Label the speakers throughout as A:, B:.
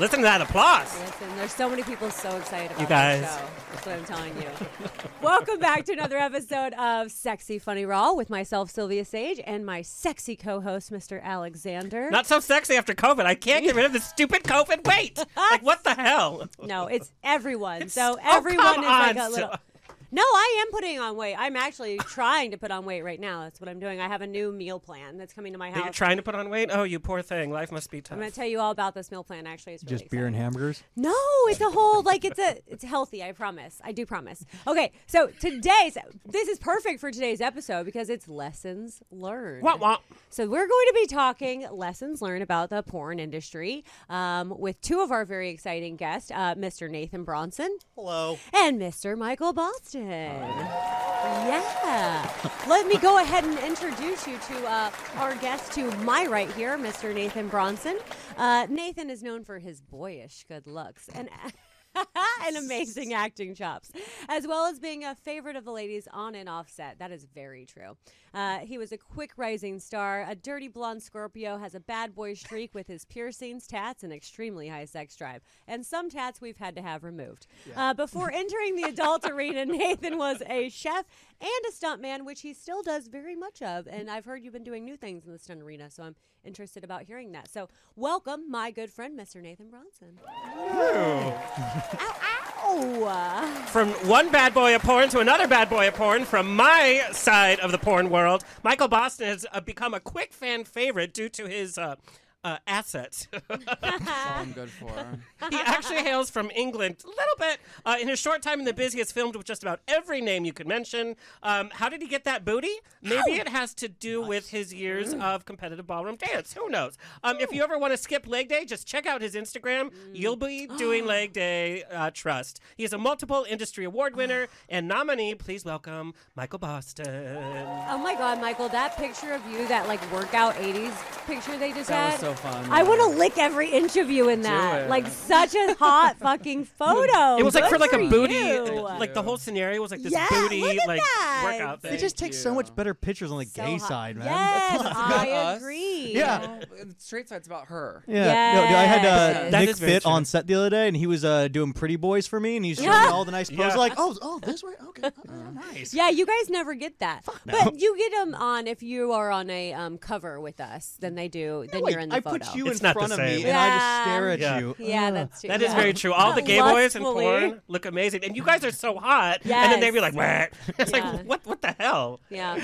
A: Listen to that applause.
B: Listen, there's so many people so excited about
A: You guys.
B: this show. That's what I'm telling you. Welcome back to another episode of Sexy Funny Raw with myself, Sylvia Sage, and my sexy co-host, Mr. Alexander.
A: Not so sexy after COVID. I can't get rid of this stupid COVID weight. Like, what the hell?
B: no, it's everyone. so
A: oh,
B: everyone
A: come
B: is like
A: on,
B: a little.
A: Syl-
B: No, I am putting on weight. I'm actually trying to put on weight right now. That's what I'm doing. I have a new meal plan that's coming to my
A: You're
B: house.
A: trying to put on weight? Oh, you poor thing. Life must be tough.
B: I'm going to tell you all about this meal plan. Actually, it's really
C: Just beer
B: exciting.
C: and hamburgers.
B: No, it's a whole like it's a it's healthy. I promise. I do promise. Okay, so today's this is perfect for today's episode because it's lessons learned.
A: Wah, wah.
B: So we're going to be talking lessons learned about the porn industry um, with two of our very exciting guests, uh, Mr. Nathan Bronson
D: Hello.
B: and Mr. Michael Boston. Yeah. Let me go ahead and introduce you to uh, our guest to my right here, Mr. Nathan Bronson. Uh, Nathan is known for his boyish good looks and. and amazing acting chops, as well as being a favorite of the ladies on and off set. That is very true. Uh, he was a quick rising star, a dirty blonde Scorpio, has a bad boy streak with his piercings, tats, and extremely high sex drive. And some tats we've had to have removed. Uh, before entering the adult arena, Nathan was a chef and a stuntman, which he still does very much of. And I've heard you've been doing new things in the stunt arena, so I'm interested about hearing that. So, welcome, my good friend, Mr. Nathan Bronson. Ow, ow.
A: From one bad boy of porn to another bad boy of porn, from my side of the porn world, Michael Boston has uh, become a quick fan favorite due to his uh, uh, assets.
C: I'm good for.
A: he actually hails from England, a little bit. Uh, in his short time in the biz, he has filmed with just about every name you could mention. Um, how did he get that booty? Maybe it has to do with his years
B: Mm.
A: of competitive ballroom dance. Who knows? Um, if you ever want to skip leg day, just check out his
B: Mm.
A: Instagram. You'll be doing leg day, uh, trust. He is a multiple industry award winner and nominee. Please welcome Michael Boston.
B: Oh my God, Michael, that picture of you, that like workout 80s picture they just
C: That
B: had.
C: was so fun,
B: I
C: yeah.
B: want to lick every inch of you in that.
C: it.
B: Like, such a hot fucking photo.
A: It was like
B: Oh, Good
A: for like a booty,
B: you.
A: like the whole scenario was like this
B: Yeah,
A: booty
B: look at
A: like
B: that.
A: workout thing.
C: They just take so
E: you.
C: much better pictures on the
B: So
C: gay
B: hot.
C: side, man.
B: Yes, I
E: us.
B: agree.
C: Yeah.
E: No, the straight side's about her.
C: Yeah. No, dude, I had uh,
B: Yes.
A: That
C: Nick
A: is very
C: Fit
A: true.
C: on set the other day, and he was uh, doing pretty boys for me, and he's showing
B: Yeah. Uh-huh.
C: me all the nice poses.
A: Yeah.
C: Like, oh, oh, this way, okay, oh, nice.
B: Yeah, you guys never get that. But you get them on if you are on a um, cover with us, then they do. Then
C: Wait,
B: you're in the
C: I
B: photo.
C: put you
A: It's
C: in
A: not the
C: front of me,
A: same.
C: and I
B: Yeah.
C: just stare at
A: Yeah.
C: you.
B: yeah, that's true.
A: That is
B: Yeah.
A: very true. All the gay boys in
B: Lustfully.
A: porn look amazing, and you guys are so hot. And then they'd be like, "What?" It's
B: Yeah.
A: like, "What? What the hell?"
B: Yeah.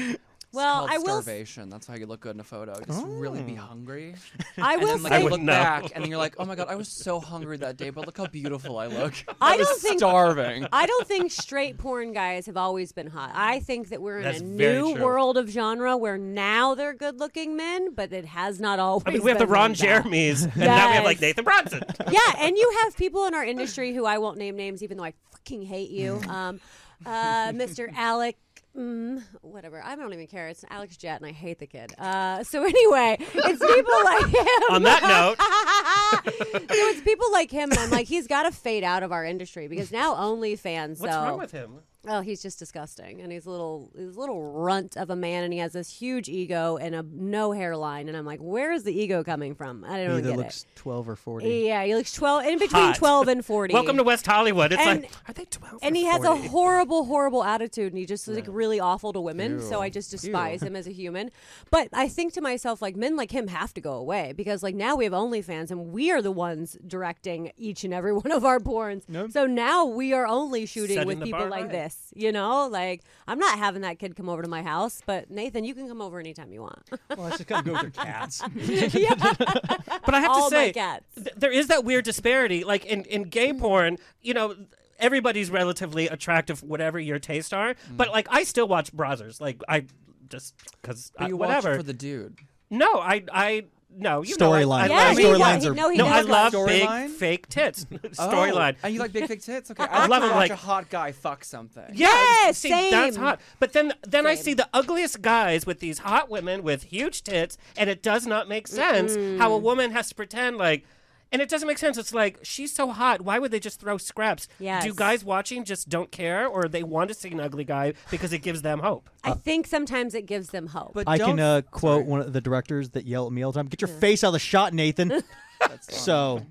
E: It's
B: Well,
E: called
B: I will. s-
E: starvation. That's how you look good in a photo. Just really
C: Oh.
E: be hungry.
B: I
E: And
B: will
E: then, like,
A: I
B: say.
E: you look
A: wouldn't know.
E: back, and then you're like, oh my god, I was so hungry that day, but look how beautiful I look.
B: I
E: was
B: don't think-
E: starving.
B: I don't think straight porn guys have always been hot. I think that we're in
A: That's
B: a
A: very
B: new
A: true.
B: world of genre where now they're good-looking men, but it has not always.
A: I mean, we have the
B: been
A: Ron
B: like that.
A: Jeremy's, and now we have like
B: Yes.
A: Nathan Bronson.
B: yeah, and you have people in our industry who I won't name names, even though I fucking hate you.
A: Mm.
B: Um, uh, Mr. Alec. Mm, whatever. I don't even care. It's Alex Jett, and I hate the kid. Uh, so anyway, it's people like him.
A: On that note,
B: so it's people like him, and I'm like, he's got to fade out of our industry because now OnlyFans.
A: what's
B: so.
A: wrong with him?
B: Oh, he's just disgusting, and he's a little, he's a little runt of a man, and he has this huge ego and a no hairline, and I'm like, where is the ego coming from? I
C: He
B: don't
C: either
B: get
C: looks twelve or
B: it.
C: forty.
B: Yeah, he looks twelve, in between
A: Hot.
B: twelve and forty.
A: Welcome to West Hollywood. It's
B: And-
A: like, are they twelve?
B: And
A: or
B: he has a
A: 40?
B: horrible, horrible attitude, and he just is like really awful to women. So I just despise him as a human. But I think to myself, like men like him have to go away because like now we have OnlyFans, and we are the ones directing each and every one of our porns. So now we are only shooting
A: Setting
B: with
A: the
B: people
A: bar
B: like
A: high.
B: this. You know, like I'm not having that kid come over to my house, but Nathan, you can come over anytime you want.
C: Well, I just kind of go with your cats.
A: But I have
B: All
A: to say,
B: oh
A: uh,
B: my cats.
A: th- there is that weird disparity. Like in, in
B: Mm.
A: gay porn, you know, everybody's relatively attractive, whatever your tastes are. But like, I still watch browsers. Like, I just because
E: But you watch
A: Uh, whatever.
E: for the dude.
A: No, I I no, you know I-
C: Storyline.
A: I
B: Yeah,
A: love-
B: he wa-
C: storylines
B: he-
C: are
B: no, he
A: No, I
B: has
A: love
E: got-
A: big
E: Storyline?
A: fake tits.
E: Oh,
A: Storyline.
E: And you like big thick tits? Okay. I,
A: love
E: love
A: 'em,
E: watch
A: like-
E: a hot guy fuck something.
A: Yeah,
B: Yes,
A: see, that's
B: same.
A: hot. But then, then I
B: Same.
A: see the ugliest guys with these hot women with huge tits, and it does not make sense how a woman has to pretend like. And it doesn't make sense. It's like she's so hot. Why would they just throw scraps?
B: Yes.
A: Do guys watching just don't care, or they want to see an ugly guy because it gives them hope?
B: I think sometimes it gives them hope.
E: But
C: I
E: don't,
C: can uh, quote one of the directors that yell at me all the time. Get your face out of the shot, Nathan.
E: That's fine.
C: so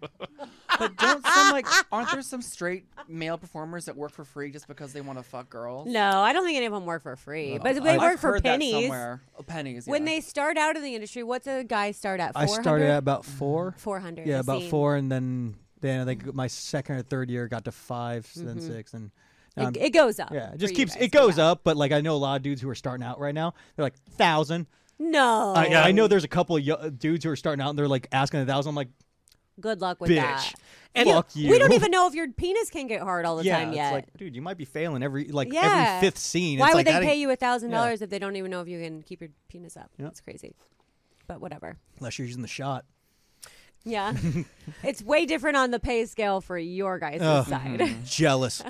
E: But don't some like aren't there some straight male performers that work for free just because they want to fuck girls?
B: no, I don't think any of them work for free. but they
E: I've
B: work for
E: heard that
B: pennies.
E: somewhere. Oh, pennies.
B: When
E: yeah.
B: they start out in the industry, what's a guy start at?
C: I
B: 400?
C: started at about four.
B: 400.
C: Yeah,
B: I
C: about
B: see.
C: four, and then then I think my second or third year got to 5 then six, and now I'm-
B: Mm-hmm. It, it goes up.
C: um, yeah, it
B: for
C: just
B: you
C: keeps
B: guys,
C: it goes
B: yeah.
C: up. But like I know a lot of dudes who are starting out right now. They're like thousand.
B: No.
C: I, I know there's a couple of yo- dudes who are starting out and they're like asking a thousand. I'm like,
B: Good luck with
C: bitch,
B: that.
A: And
C: fuck you.
B: We don't even know if your penis can get hard all the
C: yeah,
B: time
C: it's
B: yet.
C: like, dude, you might be failing every like
B: Yeah.
C: every fifth scene.
B: Why
C: It's
B: would
C: like,
B: they
C: that e-
B: pay
C: ain't-
B: you a thousand dollars if they don't even know if you can keep your penis up? That's crazy. But whatever.
C: unless you're using the shot?
B: Yeah, it's way different on the pay scale for your guys' side.
C: Jealous.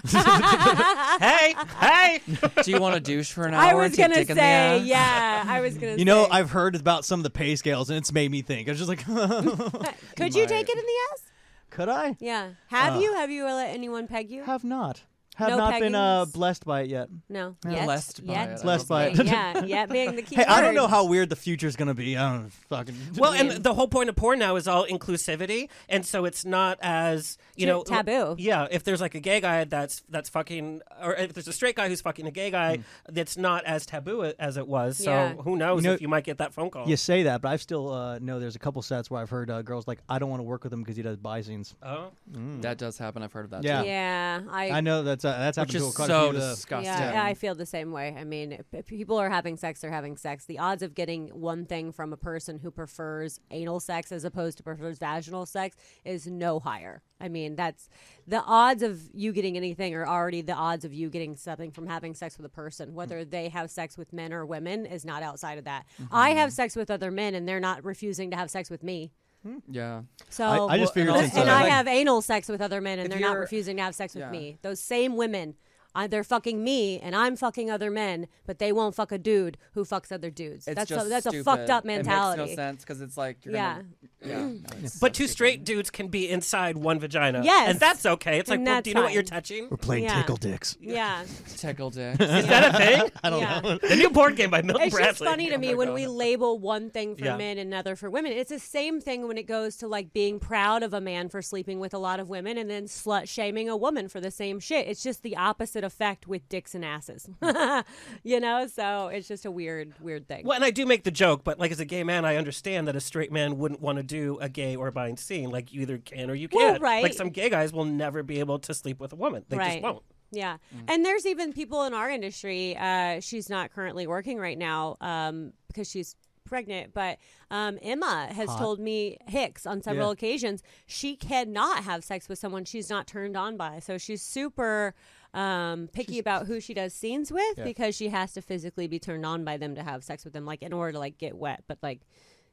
A: hey, hey,
E: Do you want to douche for an hour?
B: I was
E: and take
B: gonna
E: dick in the ass?
B: say, yeah, I was gonna.
C: you know,
B: say.
C: I've heard about some of the pay scales and it's made me think. I was just like,
B: could you
E: might.
B: take it in the ass?
C: could I?
B: Yeah, have you? Have you let anyone peg you?
C: Have not. Have
B: No
C: not been uh,
B: peggings?
C: blessed by it yet.
B: No,
E: Yeah.
B: yet,
E: Blessed by
B: yet.
E: it, I
C: Blessed by it.
B: Yeah, yeah, being the key.
C: Hey, I don't
B: word.
C: know how weird the future's gonna be. I don't fucking.
A: Well, and the whole point of porn now is all inclusivity, and so it's not as you
B: Too
A: know
B: taboo.
A: Yeah, if there's like a gay guy that's that's fucking, or if there's a straight guy who's fucking a gay guy, that's not as taboo a- as it was. So
B: Hmm. Yeah.
A: who knows
C: You know-
A: if you might get that phone call?
C: you say that, but I've still uh, know there's a couple sets where I've heard uh, girls like, I don't want to work with him because he does bi scenes.
A: Oh.
E: Hmm. That does happen. I've heard of that.
C: Yeah.
E: Too.
B: Yeah, I.
C: I know that's uh, that's
E: Which
C: happened to
E: is
C: quite a
E: so
C: few. uh, of the-
E: disgusting.
B: Yeah, yeah, I feel the same way. I mean, if- if people are having sex, they're having sex. The odds of getting one thing from a person who prefers anal sex as opposed to prefers vaginal sex is no higher. I mean, that's the odds of you getting anything are already the odds of you getting something from having sex with a
C: Mm-hmm.
B: person. Whether they have sex with men or women is not outside of that.
C: Mm-hmm.
B: I have sex with other men and they're not refusing to have sex with me.
E: Yeah.
B: So
C: I- I just figured
E: and
C: since
E: also-
B: and
C: uh,
B: I
E: like-
B: have anal sex with other men, and
E: If
B: they're not
E: you're-
B: refusing to have sex with
E: yeah.
B: me. Those same women, I, they're fucking me, and I'm fucking other men, but they won't fuck a dude who fucks other dudes.
E: It's
B: that's
E: just
B: a, that's a
E: stupid.
B: fucked up
E: It
B: mentality.
E: makes no sense because it's like you're
B: Yeah.
E: gonna, yeah. no, it's so
A: But two
E: stupid.
A: straight dudes can be inside one vagina.
B: Yes.
A: And that's okay. It's like,
B: And
A: well,
B: that's
A: do you know what
B: fine.
A: you're touching?
C: playing
B: Yeah. tickle
C: dicks.
B: yeah,
E: tickle dicks.
A: Is that a thing?
B: I don't know.
A: the new board game by Milton
B: It's
A: Bradley.
B: just funny to me
E: my
B: when
E: God.
B: we label one thing for
A: Yeah.
B: men and another for women. It's the same thing when it goes to like being proud of a man for sleeping with a lot of women and then slut shaming a woman for the same shit. It's just the opposite effect with dicks and asses. you know, so it's just a weird, weird thing.
A: Well, and I do make the joke, but like as a gay man, I understand that a straight man wouldn't want to do a gay or bi scene. Like you either can or you
B: Well,
A: can't.
B: right.
A: Like some gay guys will never be able to sleep with a woman. They just won't.
B: Yeah. And there's even people in our industry. Uh, she's not currently working right now um, because she's pregnant, but um, Emma has told me Hicks on several
C: Yeah.
B: occasions she cannot have sex with someone she's not turned on by. So she's super um, picky about who she does scenes with because she has to physically be turned on by them to have sex with them, like in order to like get wet. But like,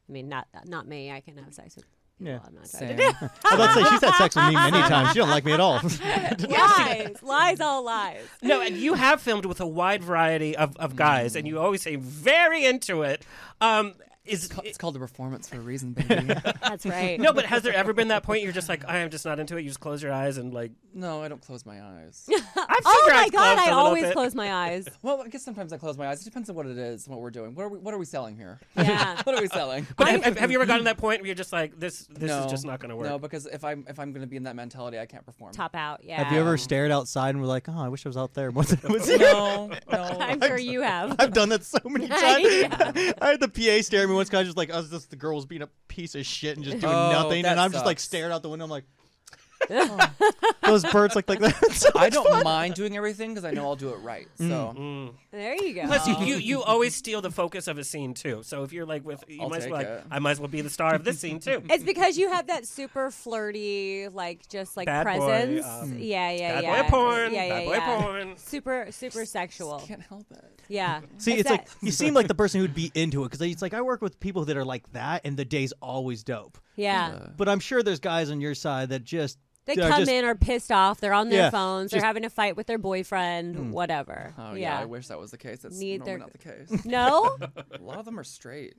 B: I mean, not not me. I can have sex with. people
C: Yeah.
B: I'm not attracted
E: Same.
C: I was about to say she's had sex with me many times. She don't like me at all.
B: to- Lies, lies, all lies.
A: No, and you have filmed with a wide variety of, of guys, and you always seem very into it. Um, is
E: It's called a performance for a reason, baby.
B: That's right.
A: no, but has there ever been that point you're just like, I am just not into it? You just close your eyes and like,
E: no, I don't close my eyes.
A: I've seen
B: Oh
A: your
B: my god,
A: eyes closed a
B: I
A: little
B: always
A: bit.
B: close my eyes.
E: Well, I guess sometimes I close my eyes. It depends on what it is and what we're doing. What are we, what are we selling here?
B: Yeah.
E: what are we selling?
A: But have- have, have you ever gotten to that point where you're just like, this this
E: no,
A: is just not going to work?
E: No, because if I'm if I'm going to be in that mentality, I can't perform.
B: Top out, yeah.
C: Have you ever stared outside and were like, oh, I wish I was out there more than I was here?
E: No, no.
B: I'm sure you have.
C: I've done that so many times.
B: Yeah.
C: I had the PA stare at me once. 'cause I was just like, "Oh, this the girl was being a piece of shit and just doing
E: Oh,
C: nothing,"
E: that
C: and I'm just like
E: sucks.
C: staring out the window. I'm like, Those birds look like that. So
E: I don't mind doing everything because I know I'll do it right. So
B: There you go.
A: Plus, you, you you always steal the focus of a scene too. So if you're like with, you
E: I'll
A: might as well
E: take
A: like,
E: it.
A: I might as well be the star of this scene too.
B: It's because you have that super flirty, like just like
A: Bad boy,
B: presence.
A: um,
B: yeah, yeah,
A: bad
B: yeah.
A: boy porn.
B: Yeah, yeah,
A: bad boy
B: yeah.
A: porn.
B: Super, super sexual.
E: can't help it.
B: Yeah.
C: See, it's
B: that-
C: like you seem like the person who'd be into it because it's like I work with people that are like that, and the day's always dope.
B: yeah.
C: But I'm sure there's guys on your side that just
B: they
C: are
B: come
C: just-
B: in are pissed off. They're on their
C: Yeah,
B: phones. They're
C: just-
B: having a fight with their boyfriend. Whatever.
E: Oh yeah.
B: yeah.
E: I wish that was the case. That's
B: Need
E: normally
B: their-
E: not the case.
B: no.
E: a lot of them are straight.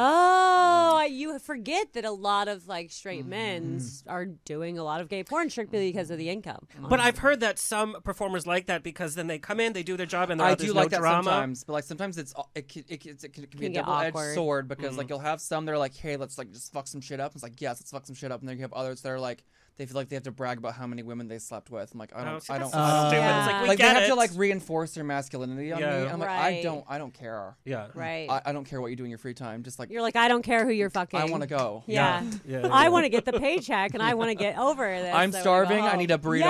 B: Oh, I- you forget that a lot of like straight men s- are doing a lot of gay porn strictly because of the income.
A: But I've heard that some performers like that because then they come in, they do their job, and they're
E: I
A: all,
E: do
A: there's
E: like
A: no
E: that
A: drama.
E: sometimes, but like sometimes it's it can, it can, it can, it can
B: Can
E: be a
B: get
E: double edged
B: awkward. Mm.
E: sword because like you'll have some that are like, hey, let's like just fuck some shit up. It's like yes, let's fuck some shit up, and then you have others that are like they feel like they have to brag about how many women they slept with. I'm like I don't,
A: Oh, see,
E: I
A: that's
E: don't,
A: so
E: I don't
A: stupid.
B: Yeah.
A: It's like we
E: like they
A: get
E: have
A: it.
E: to like reinforce their masculinity on me.
A: Yeah.
E: I'm like
B: Right.
E: I don't I don't care.
A: yeah.
B: right.
E: I, I don't care what you do in your free time. Just like
B: You're like, I don't care who you're fucking.
E: I want to go.
B: Yeah.
A: Yeah, yeah,
B: I
A: yeah.
B: want to get the paycheck and I want to get over this.
E: I'm
B: so
E: starving.
B: wanna go
E: I need
B: home.
E: a burrito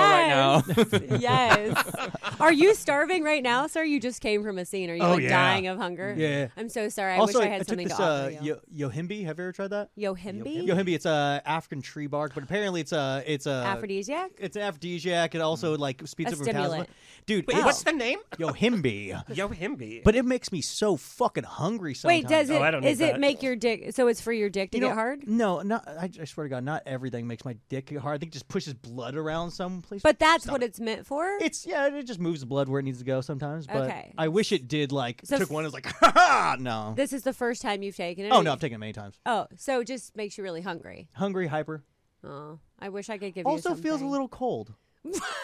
E: right now.
B: Yes. yes. Are you starving right now, sir? You just came from a scene. Are you
C: Oh,
B: like
C: yeah.
B: dying of hunger?
C: Yeah.
B: I'm so sorry. I
C: also
B: wish I
C: I
B: had
C: took
B: something
C: this
B: to offer
C: uh,
B: you.
C: yo- yohimbi. Have you ever tried that?
B: Yohimbi?
C: Yohimbi, it's a African tree bark, but apparently it's a it's a
B: Aphrodisiac?
C: It's an aphrodisiac. It also like speeds
B: A
C: up metabolism.
B: stimulant.
C: Dude,
A: Wait,
C: it's
A: what's the name?
C: yohimbi?
A: Yo Himby.
C: But it makes me so fucking hungry sometimes.
B: Wait, does
A: Oh, I
B: it
A: don't
B: is
A: need
B: it
A: that.
B: make your dick so it's for your dick to
C: You
B: get
C: know,
B: hard?
C: No, not. I, I swear to God, not everything makes my dick hard. I think it just pushes blood around someplace.
B: But that's what it's meant for?
C: it's yeah, it just moves the blood where it needs to go sometimes. But
B: Okay.
C: I wish it did. Like
B: So
C: took
B: f-
C: one. and was like, ha ha. No.
B: this is the first time you've taken it.
C: oh
B: or
C: no,
B: you-
C: I've taken it many times.
B: Oh, so it just makes you really hungry.
C: Hungry, hyper.
B: Oh, I wish I could give you
C: Also
B: something.
C: feels a little cold.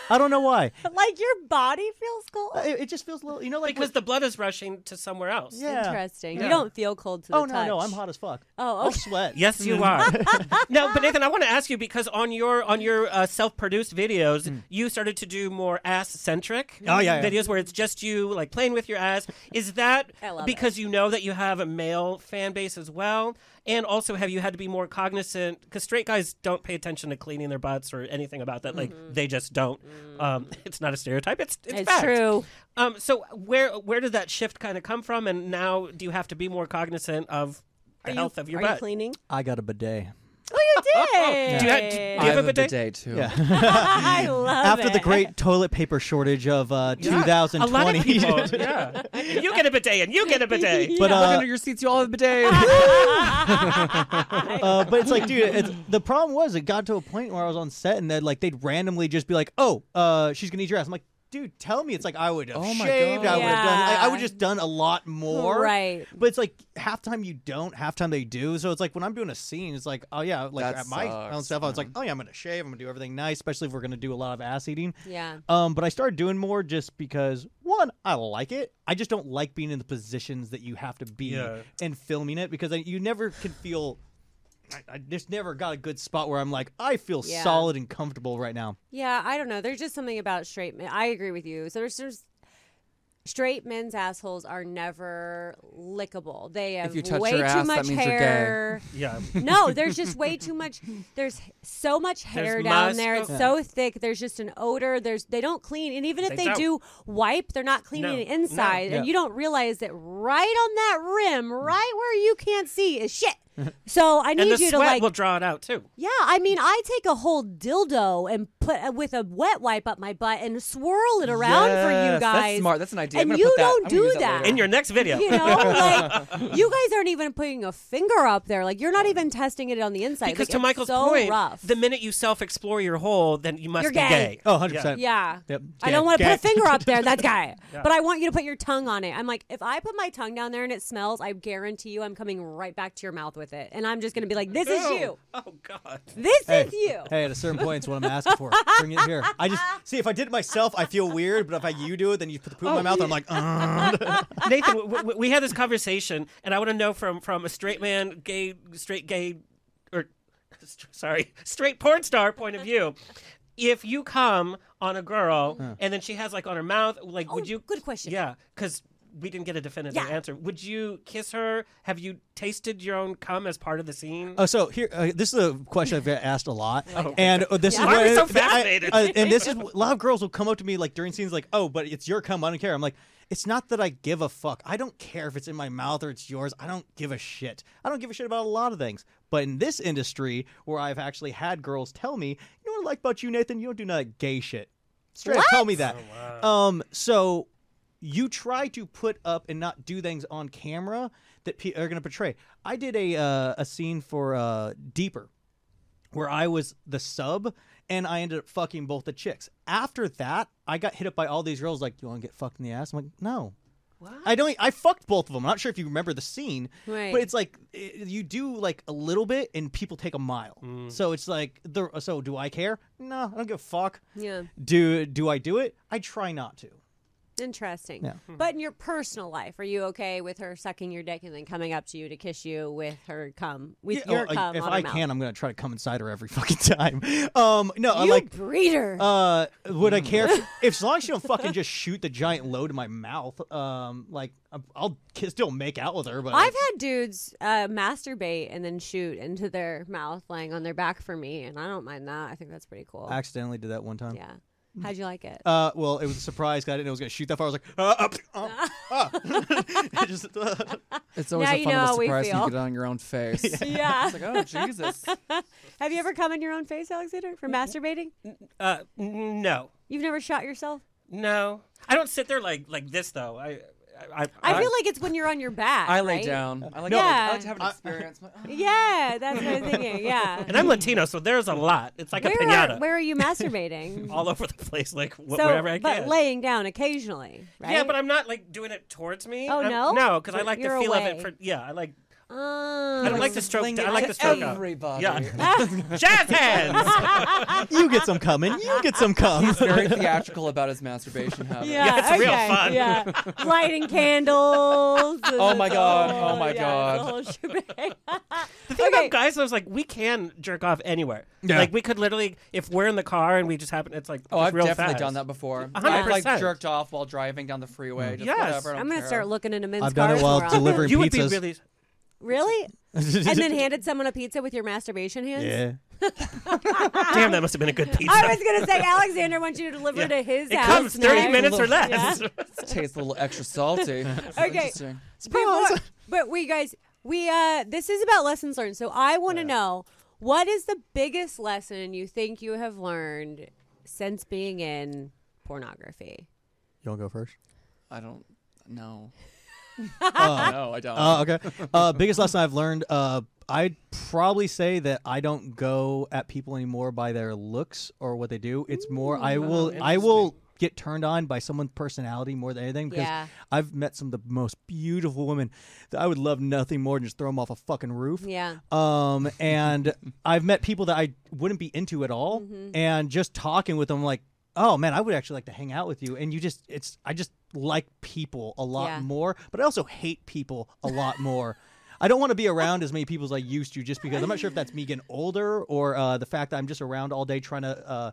C: I don't know why.
B: like your body feels cold.
C: It, it just feels a little. You know, like
A: Because the blood is rushing to somewhere else.
C: yeah.
B: Interesting. You
A: Yeah.
B: don't feel cold to the
C: Oh no,
B: touch.
C: no, I'm hot as fuck.
B: Oh,
C: I'll
B: okay.
C: sweat.
A: Yes, you are.
C: Mm-hmm.
A: no, but Nathan, I want to ask you because on your on your uh, self-produced videos, you started to do more ass-centric
C: Mm. Oh, yeah, yeah.
A: videos where it's just you like playing with your ass. Is that
B: I love
A: because you know that you have a male fan base as well? And also, have you had to be more cognizant because straight guys don't pay attention to cleaning their butts or anything about that? Like they just don't. Um, it's not a stereotype. It's it's,
B: Mm-hmm. Mm. It's
A: fact.
B: true.
A: Um, so where where did that shift kind of come from? And now do you have to be more cognizant of the health of your
B: Are
A: butt?
B: you cleaning?
C: I got a bidet.
B: Oh, you did.
A: Do you have- do you have
E: I
A: a
E: have a
A: bidet?
E: bidet too.
C: Yeah.
B: I love
C: After
B: it.
C: the great toilet paper shortage of uh, 2020.
A: A lot of people. yeah. You get a bidet and you get a bidet.
C: But
E: Look
C: uh,
E: under your seats. You all have bidet.
C: uh, but it's like, dude, it's, the problem was it got to a point where I was on set and then like they'd randomly just be like, "Oh, uh, she's gonna eat your ass." I'm like, dude, tell me. It's like I would have
E: Oh my
C: shaved. I
E: God.
C: would have done. I, I
B: Yeah.
C: would just done a lot more.
B: Right.
C: But it's like half time you don't, half time they do. So it's like when I'm doing a scene, it's like, oh yeah, like
E: That
C: at my own
E: sucks,
C: stuff, I was like, oh yeah, I'm gonna shave. I'm gonna do everything nice, especially if we're gonna do a lot of ass eating.
B: Yeah.
C: Um, but I started doing more just because one, I like it. I just don't like being in the positions that you have to be
A: Yeah.
C: and filming it because I, you never can feel. I, I just never got a good spot where I'm like, I feel
B: Yeah.
C: solid and comfortable right now.
B: Yeah, I don't know. There's just something about straight men. I agree with you. So there's just straight men's assholes are never lickable. They have
E: you touch
B: way
E: your
B: too
E: ass, that
B: much
E: means you're gay.
B: hair.
A: Yeah.
B: no, there's just way too much. There's so much hair
A: There's
B: down
A: musk.
B: there. It's
A: Yeah.
B: so thick. There's just an odor. There's they don't clean, and even if
A: They
B: they,
A: don't.
B: do wipe, they're not cleaning
A: No.
B: the inside,
C: No. Yeah.
B: and you don't realize that right on that rim, right where you can't see, is shit. So I
A: And
B: need
A: the
B: you
A: sweat
B: to like
A: will draw it out too.
B: yeah, I mean, I take a whole dildo and put uh, with a wet wipe up my butt and swirl it around for you
E: Yes,
B: guys.
E: That's smart. That's an idea.
B: And
E: I'm gonna
B: you
E: put that-
B: don't
E: I'm gonna
B: do
E: use
B: that.
E: later.
A: In your next video.
B: You know, like you guys aren't even putting a finger up there. Like you're not even testing it on the inside. Like,
A: because to
B: it's
A: Michael's
B: so
A: point,
B: rough.
A: the minute you self explore your hole, then you must
B: You're
A: be
B: gay.
A: gay.
C: Oh, 100 percent.
B: yeah.
C: Yep.
B: I don't want to put a finger up there. That's guy. But I want you to put your tongue on it. I'm like, if I put my tongue down there and it smells, I guarantee you I'm coming right back to your mouth with it. And I'm just going to be like, this is
A: Ew.
B: you.
A: Oh God.
B: This
C: Hey,
B: is you.
C: hey, at a certain point, it's what I'm asking for. Bring it here. I just see if I did it myself, I feel weird. But if I you do it, then you
B: Oh.
C: put the poop in my mouth. I'm like, uh. "Ugh."
A: Nathan, w- w- we had this conversation, and I want to know from from a straight man, gay, straight gay, or st- sorry, straight porn star point of view. If you come on a girl and then she has like on her mouth, like, would you?
B: Oh, good question.
A: Yeah, because we didn't get a definitive
B: Yeah.
A: answer. Would you kiss her? Have you tasted your own cum as part of the scene?
C: Oh, so here, uh, this is a question I've got asked a lot, and uh, this
B: Yeah.
C: is
B: Why
A: are we
C: what-
A: so
C: I-
A: fascinated?
C: I- and this is a lot of girls will come up to me like during scenes, like, "Oh, but it's your cum, I don't care." I'm like, "It's not that I give a fuck. I don't care if it's in my mouth or it's yours. I don't give a shit. I don't give a shit about a lot of things." But in this industry, where I've actually had girls tell me, "You know what I like about you, Nathan? You don't do none of that gay shit." Straight up, tell me that.
A: Oh,
C: Um, so you try to put up and not do things on camera that pe- are going to portray. I did a uh, a scene for uh, Deeper where I was the sub and I ended up fucking both the chicks. After that, I got hit up by all these girls like, "You want to get fucked in the ass?" I'm like, "No." I don't. e, I fucked both of them. I'm not sure if you remember the scene,
B: Right.
C: but it's like i you do like a little bit, and people take a mile. So it's like, the, so do I care? No, I don't give a fuck.
B: Yeah.
C: Do do I do it? I try not to.
B: Interesting.
C: Yeah.
B: But in your personal life, are you okay with her sucking your dick and then coming up to you to kiss you with her cum, with
C: Yeah,
B: your
C: oh, I-
B: cum
C: if
B: on
C: I
B: her mouth?
C: can, I'm gonna try to come inside her every fucking time. Um, no, I
B: you
C: like.
B: breeder.
C: Uh, would I care if, if as long as she don't fucking just shoot the giant load in my mouth? Um, like I'm- I'll ki- still make out with her, but
B: I've had dudes uh, masturbate and then shoot into their mouth, lying on their back for me, and I don't mind that. I think that's pretty cool.
C: I accidentally did that one time.
B: yeah. How'd you like it?
C: Uh, well, it was a surprise 'cause I didn't know it was gonna shoot that far. I was like, uh, up, uh, uh. It just, uh,
E: It's always
B: Now
E: a
B: you
E: fun
B: know how
E: little
B: we
E: surprise when
B: feel.
E: you get it on your own face.
B: yeah.
E: It's like, oh Jesus!
B: Have you ever come in your own face, Alexander, for masturbating?
A: Uh, n- no,
B: You've never shot yourself?
A: no. I don't sit there like like this though. I I, I,
B: I feel like it's when you're on your back.
E: I lay
B: right?
E: down. I like,
B: No.
E: to, I like
B: Yeah.
E: to have an experience. I'm like, oh,
B: Yeah, that's what I'm thinking. Yeah.
A: and I'm Latino, so there's a lot. It's like a
B: Where
A: pinata
B: are, where are you masturbating?
A: all over the place, like wh-
B: so,
A: wherever I
B: but
A: can.
B: laying down occasionally, right?
A: Yeah, but I'm not like doing it towards me.
B: Oh,
A: I'm-
B: no?
A: no, because I
B: You're-
A: like the
B: you're
A: feel of
B: away.
A: it. For yeah, I like.
B: Oh.
A: I don't like to stroke.
E: Fling
A: I
E: it
A: like
E: to
A: the stroke up.
E: everybody.
A: Yeah, jazz hands.
C: you get some cum and you get some cum.
E: very theatrical about his masturbation habit.
B: Yeah,
A: Yeah, it's real
B: okay,
A: fun.
B: Yeah, lighting candles.
E: Oh my God,
B: whole-
E: oh my
B: yeah, it's The whole shebang.
A: The thing
B: Okay.
A: about guys, I was like, we can jerk off anywhere.
C: Yeah.
A: Like we could literally, if we're in the car and we just happen, it's like
E: Oh,
A: it's
E: I've
A: real
E: definitely
A: fast.
E: done that before.
A: hundred
E: I've like
A: percent. Mm.
E: jerked off while driving down the freeway. Just
A: Yes.
E: whatever. I don't
B: I'm gonna
E: care.
B: start looking into men's
C: I've done
B: cars
C: it while
B: more often.
C: delivering
A: You would be
C: pizzas.
A: really.
B: Really? And then handed someone a pizza with your masturbation hands.
C: yeah.
A: Damn, that must have been a good pizza.
B: I was gonna say Alexander wants you to deliver
A: Yeah.
B: to his
A: it
B: house.
A: comes thirty
B: next.
A: minutes or
B: Yeah.
A: less.
E: tastes a little extra salty. It's
B: Okay.
E: interesting.
B: Before- but we guys, we uh, this is about lessons learned. So I want to know what is the biggest lesson you think you have learned since being in pornography?
C: You want to go first?
E: I don't know.
C: Uh,
E: No, I don't.
C: Oh, okay. Uh, biggest lesson I've learned. Uh, I'd probably say that I don't go at people anymore by their looks or what they do. It's more I will I will get turned on by someone's personality more than anything because
B: Yeah.
C: I've met some of the most beautiful women that I would love nothing more than just throw them off a fucking roof.
B: Yeah.
C: Um, and I've met people that I wouldn't be into at all,
B: Mm-hmm.
C: and just talking with them, like, oh man, I would actually like to hang out with you. And you just, it's, I just like people a lot
B: Yeah.
C: more, but I also hate people a lot more. I don't want to be around as many people as I used to, just because I'm not sure if that's me getting older or uh, the fact that I'm just around all day trying to. Uh,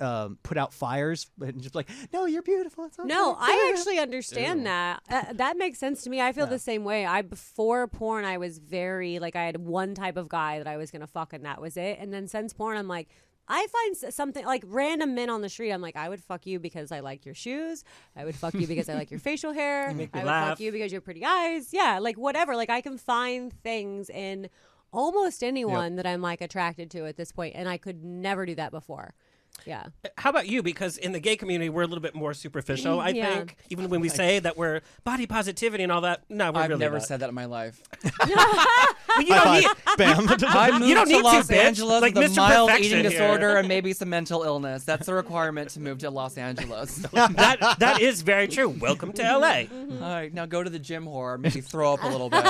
C: um, put out fires and just like, no, you're beautiful. It's
B: No,
C: okay."
B: I actually understand that. Uh, that makes sense to me. I feel the same way. I before porn, I was very like I had one type of guy that I was gonna fuck, and that was it. And then since porn, I'm like. I find s- something like random men on the street. I'm like, I would fuck you because I like your shoes. I would fuck you because I like your facial hair. I would fuck
A: laugh.
B: you because your pretty eyes. Yeah, like whatever. Like I can find things in almost anyone that I'm like attracted to at this point, and I could never do that before. Yeah.
A: How about you? Because in the gay community, we're a little bit more superficial. I
B: Yeah.
A: think even when we say that we're body positivity and all that. No, we're
E: I've
A: really
E: never
A: not.
E: said that in my life.
A: Well, you don't need.
C: Bam.
E: I moved
A: don't
E: to
A: need to,
E: Los
A: bitch.
E: Angeles
A: Like
E: with a
A: Mr.
E: mild
A: Perfection here.
E: eating disorder and maybe some mental illness. That's the requirement to move to Los Angeles.
A: That that is very true. Welcome to LA.
E: All right, now go to the gym whore. Maybe throw up a little bit.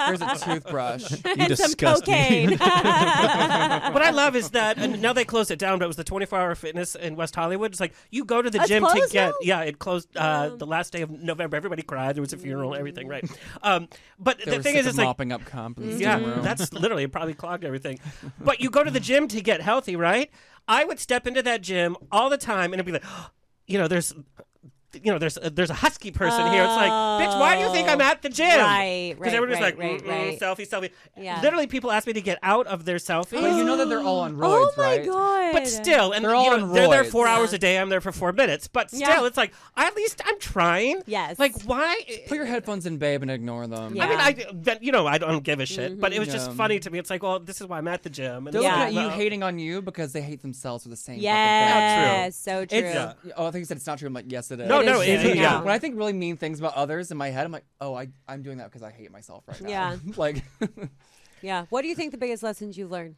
E: Here's a toothbrush.
C: you
B: and some
C: disgust me.
B: cocaine.
A: what I love is that and now they closed it down, but it was the 24 hour fitness in West Hollywood. It's like you go to the
B: Oh, it's
A: gym to
B: closed
A: get
B: now? Oh.
A: yeah, it closed uh, the last day of November. Everybody cried. There was a funeral, and everything, right? Um, but
E: They
A: the
E: were
A: thing
E: sick
A: is,
E: of
A: it's like
E: mopping up comp in the
A: yeah,
E: steam room.
A: that's literally it probably clogged everything. But you go to the gym to get healthy, right? I would step into that gym all the time and it'd be like, you know, there's you know, there's a, there's a husky person here. It's like, bitch, why do you think I'm at the gym?
B: Right, right,
A: everybody's
B: right,
A: like,
B: right, right.
A: "Mm-mm, selfie, selfie.
B: Yeah.
A: Literally, people ask me to get out of their selfies.
E: But you know that they're all on roids,
B: Oh my
E: right?
B: god!
A: But still, and
E: They're
A: you
E: all
A: know,
E: on
A: they're there
E: roids.
A: four
B: Yeah.
A: hours a day. I'm there for four minutes. But still,
B: Yeah.
A: it's like at least I'm trying.
B: Yes.
A: Like why?
E: Put your headphones in, babe, and ignore them.
B: Yeah.
A: I mean, I that, you know I don't give a shit. But it was just
E: Mm-hmm. Yeah.
A: funny to me. It's like, well, this is why I'm at the gym. And
E: They're
A: it's
B: Yeah.
A: like,
E: looking at you
A: well,
E: hating on you because they hate themselves for the same
B: yeah, so true.
E: fucking thing. It's, Oh, I think you said it's not true. I'm like, yes, it is.
A: No,
B: It no, is it- true, it- yeah.
E: When I think really mean things about others in my head, I'm like, oh, I, I'm doing that because I hate myself right now.
B: Yeah.
E: like,
B: Yeah. What do you think the biggest lessons you've learned?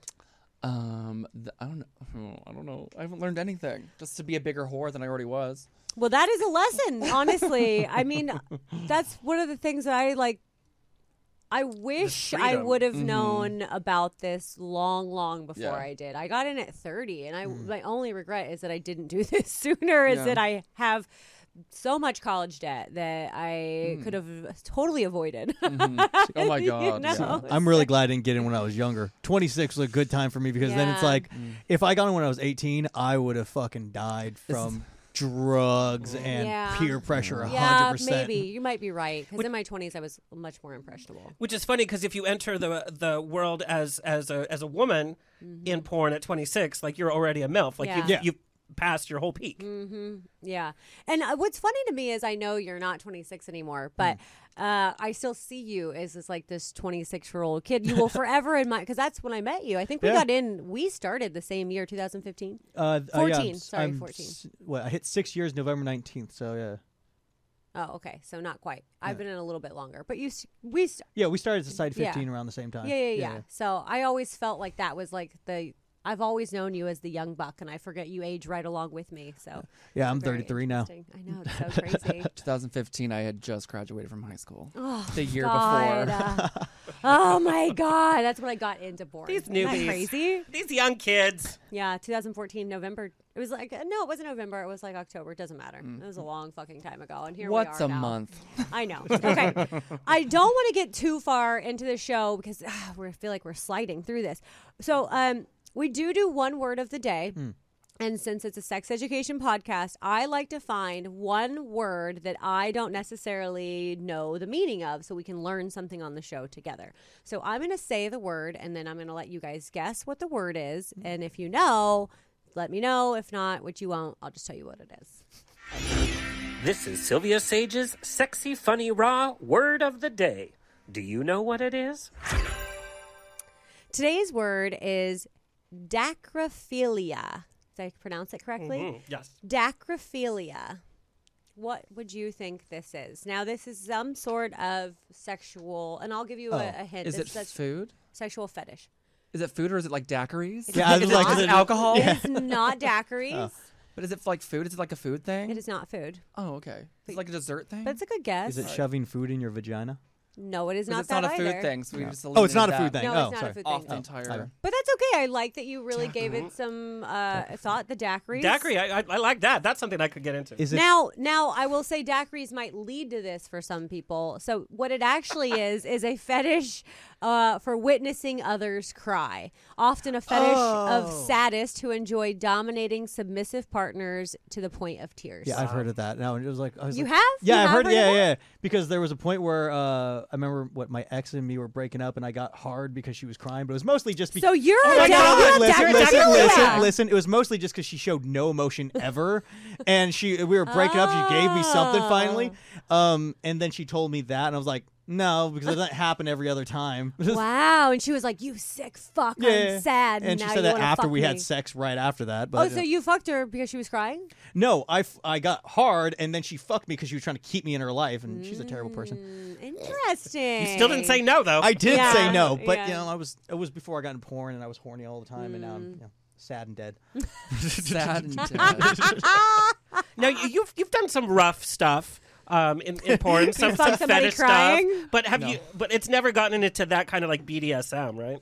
E: um, th- I don't know. I don't know. I haven't learned anything. Just to be a bigger whore than I already was.
B: Well, that is a lesson, honestly. I mean, that's one of the things that I like. I wish I
A: freedom.
B: would have known about this long, long before
E: Yeah.
B: I did. I got in at 30, and I my only regret is that I didn't do this sooner. Is
E: Yeah.
B: that I have so much college debt that I could have totally avoided.
E: Oh my
B: You
E: God, yeah.
B: know?
C: I'm really glad I didn't get in when I was younger. 26 was a good time for me because then it's
B: Yeah. Mm.
C: like, if I got in when I was 18, I would have fucking died from drugs and
B: Yeah.
C: peer pressure. 100%.
B: Yeah, maybe you might be right. Because in my 20s, I was much more impressionable.
A: Which is funny because if you enter the the world as as a as a woman in porn at 26, like you're already a milf. Like
B: Mm-hmm. Yeah. Mm.
A: you
C: Yeah.
A: you passed your whole peak.
B: Yeah. And uh, what's funny to me is I know you're not 26
C: Hmm.
B: anymore, but uh, I still see you as this like this 26 year old kid. You will forever in my because that's when I met you. I think we
C: Yeah.
B: got in. We started the same year, 2015.
C: Uh, th- uh, yeah,
B: 14,
C: I'm s-
B: sorry,
C: I'm
B: 14.
C: s- What, I hit six years November 19th, so yeah.
B: Oh, okay. So not quite. I've been in a little bit longer, but you s- we st-
C: Yeah, we started as a side
B: Yeah.
C: 15 around the same time.
B: yeah, yeah, yeah So I always felt like that was like the. I've always known you as the young buck, and I forget you age right along with me. So
C: Yeah, I'm
B: very
C: 33 now.
B: interesting. I know it's so crazy.
E: 2015, I had just graduated from high school.
B: Oh,
E: the year
B: God.
E: before.
B: Uh, oh my God, that's when I got into porn.
A: These
B: Isn't that
A: newbies.
B: crazy.
A: These young kids.
B: Yeah, 2014 November. It was like no, it wasn't November. It was like October. It doesn't matter. It was a long fucking time ago, and here
E: Mm. What's
B: we are.
E: a
B: now.
E: month?
B: I know. Okay, I don't want to get too far into the show because ah, we feel like we're sliding through this. So, um, we do do one word of the day. And since it's a sex education podcast, I like to find one word that I don't necessarily know the meaning of so we can learn something on the show together. So I'm going to say the word and then I'm going to let you guys guess what the word is. And if you know, let me know. If not, which you won't, I'll just tell you what it is.
A: This is Sylvia Sage's sexy, funny, raw word of the day. Do you know what it is?
B: Today's word is dacrophilia. Did I pronounce it correctly?
A: Mm, Yes.
B: Dacrophilia. What would you think this is? Now, this is some sort of sexual, and I'll give you a, a hint.
E: Is it
B: It's sex-
E: food?
B: sexual fetish.
E: Is it food or is it like daiquiris?
C: Yeah, I was
E: is,
C: like,
E: it, is
C: is
E: it
C: it-
E: alcohol?
B: It's not daiquiris.
E: But is it like food? Is it like a food thing?
B: It is not food,
E: Oh, okay. Is it like a dessert thing?
B: but it's a good guess.
C: Is it shoving food in your vagina?
B: no, it is
E: Because
B: not
E: it's
B: that
E: not a
B: either.
E: food thing, so we just
C: Oh, it's not a
E: eliminated
C: food
E: that
C: thing.
B: No, it's
C: oh,
B: not
C: sorry.
B: a food
E: Off
B: thing.
E: the entire.
B: But that's okay. I like that you really gave it some uh, thought. The daiquiris.
A: Daiquiri, I, I, I like that. That's something I could get into.
C: Is it?
B: Now, now I will say daiquiris might lead to this for some people. So what it actually is is a fetish uh, for witnessing others cry. Often a fetish of
C: Oh.
B: sadists who enjoy dominating submissive partners to the point of tears.
C: Yeah, I've heard of that. Now it was like I was
B: You
C: like-
B: have?
C: Yeah,
B: You
C: I've
B: have heard
C: heard.
B: of
C: yeah,
B: that?
C: yeah. Because there was a point where uh, I remember what my ex and me were breaking up, and I got hard because she was crying, but it was mostly just because.
B: So you're a
A: my
B: da-
A: God,
B: you have
A: listen,
C: Oh listen,
A: Jack
C: listen,
B: dacrophilia.
C: listen, listen. It was mostly just because she showed no emotion ever, and she we were breaking up. She gave me something finally,
B: Oh.
C: um, and then she told me that, and I was like, no, because it doesn't happen every other time.
B: Wow, and she was like, "You sick fuck, I'm sad."
C: And
B: now
C: she
B: you
C: said that
B: wanna
C: after
B: fuck
C: we
B: me."
C: had sex, right after that. But
B: Oh, so you fucked her because she was crying?
C: no, I, f- I got hard, and then she fucked me because she was trying to keep me in her life, and she's a terrible person.
B: Mm, Interesting.
A: you still didn't say no, though.
C: I did
B: Yeah,
C: say no, but
B: yeah. Mm.
C: you know, I was it was before I got in porn, and I was horny all the time, and now I'm you know, sad and dead.
E: Sad and dead.
A: Now you- you've you've done some rough stuff um, in, in porn, some,
B: fucked
A: some
B: somebody
A: fetish
B: crying?
A: stuff. But have you? But it's never gotten into that kind of like BDSM, right?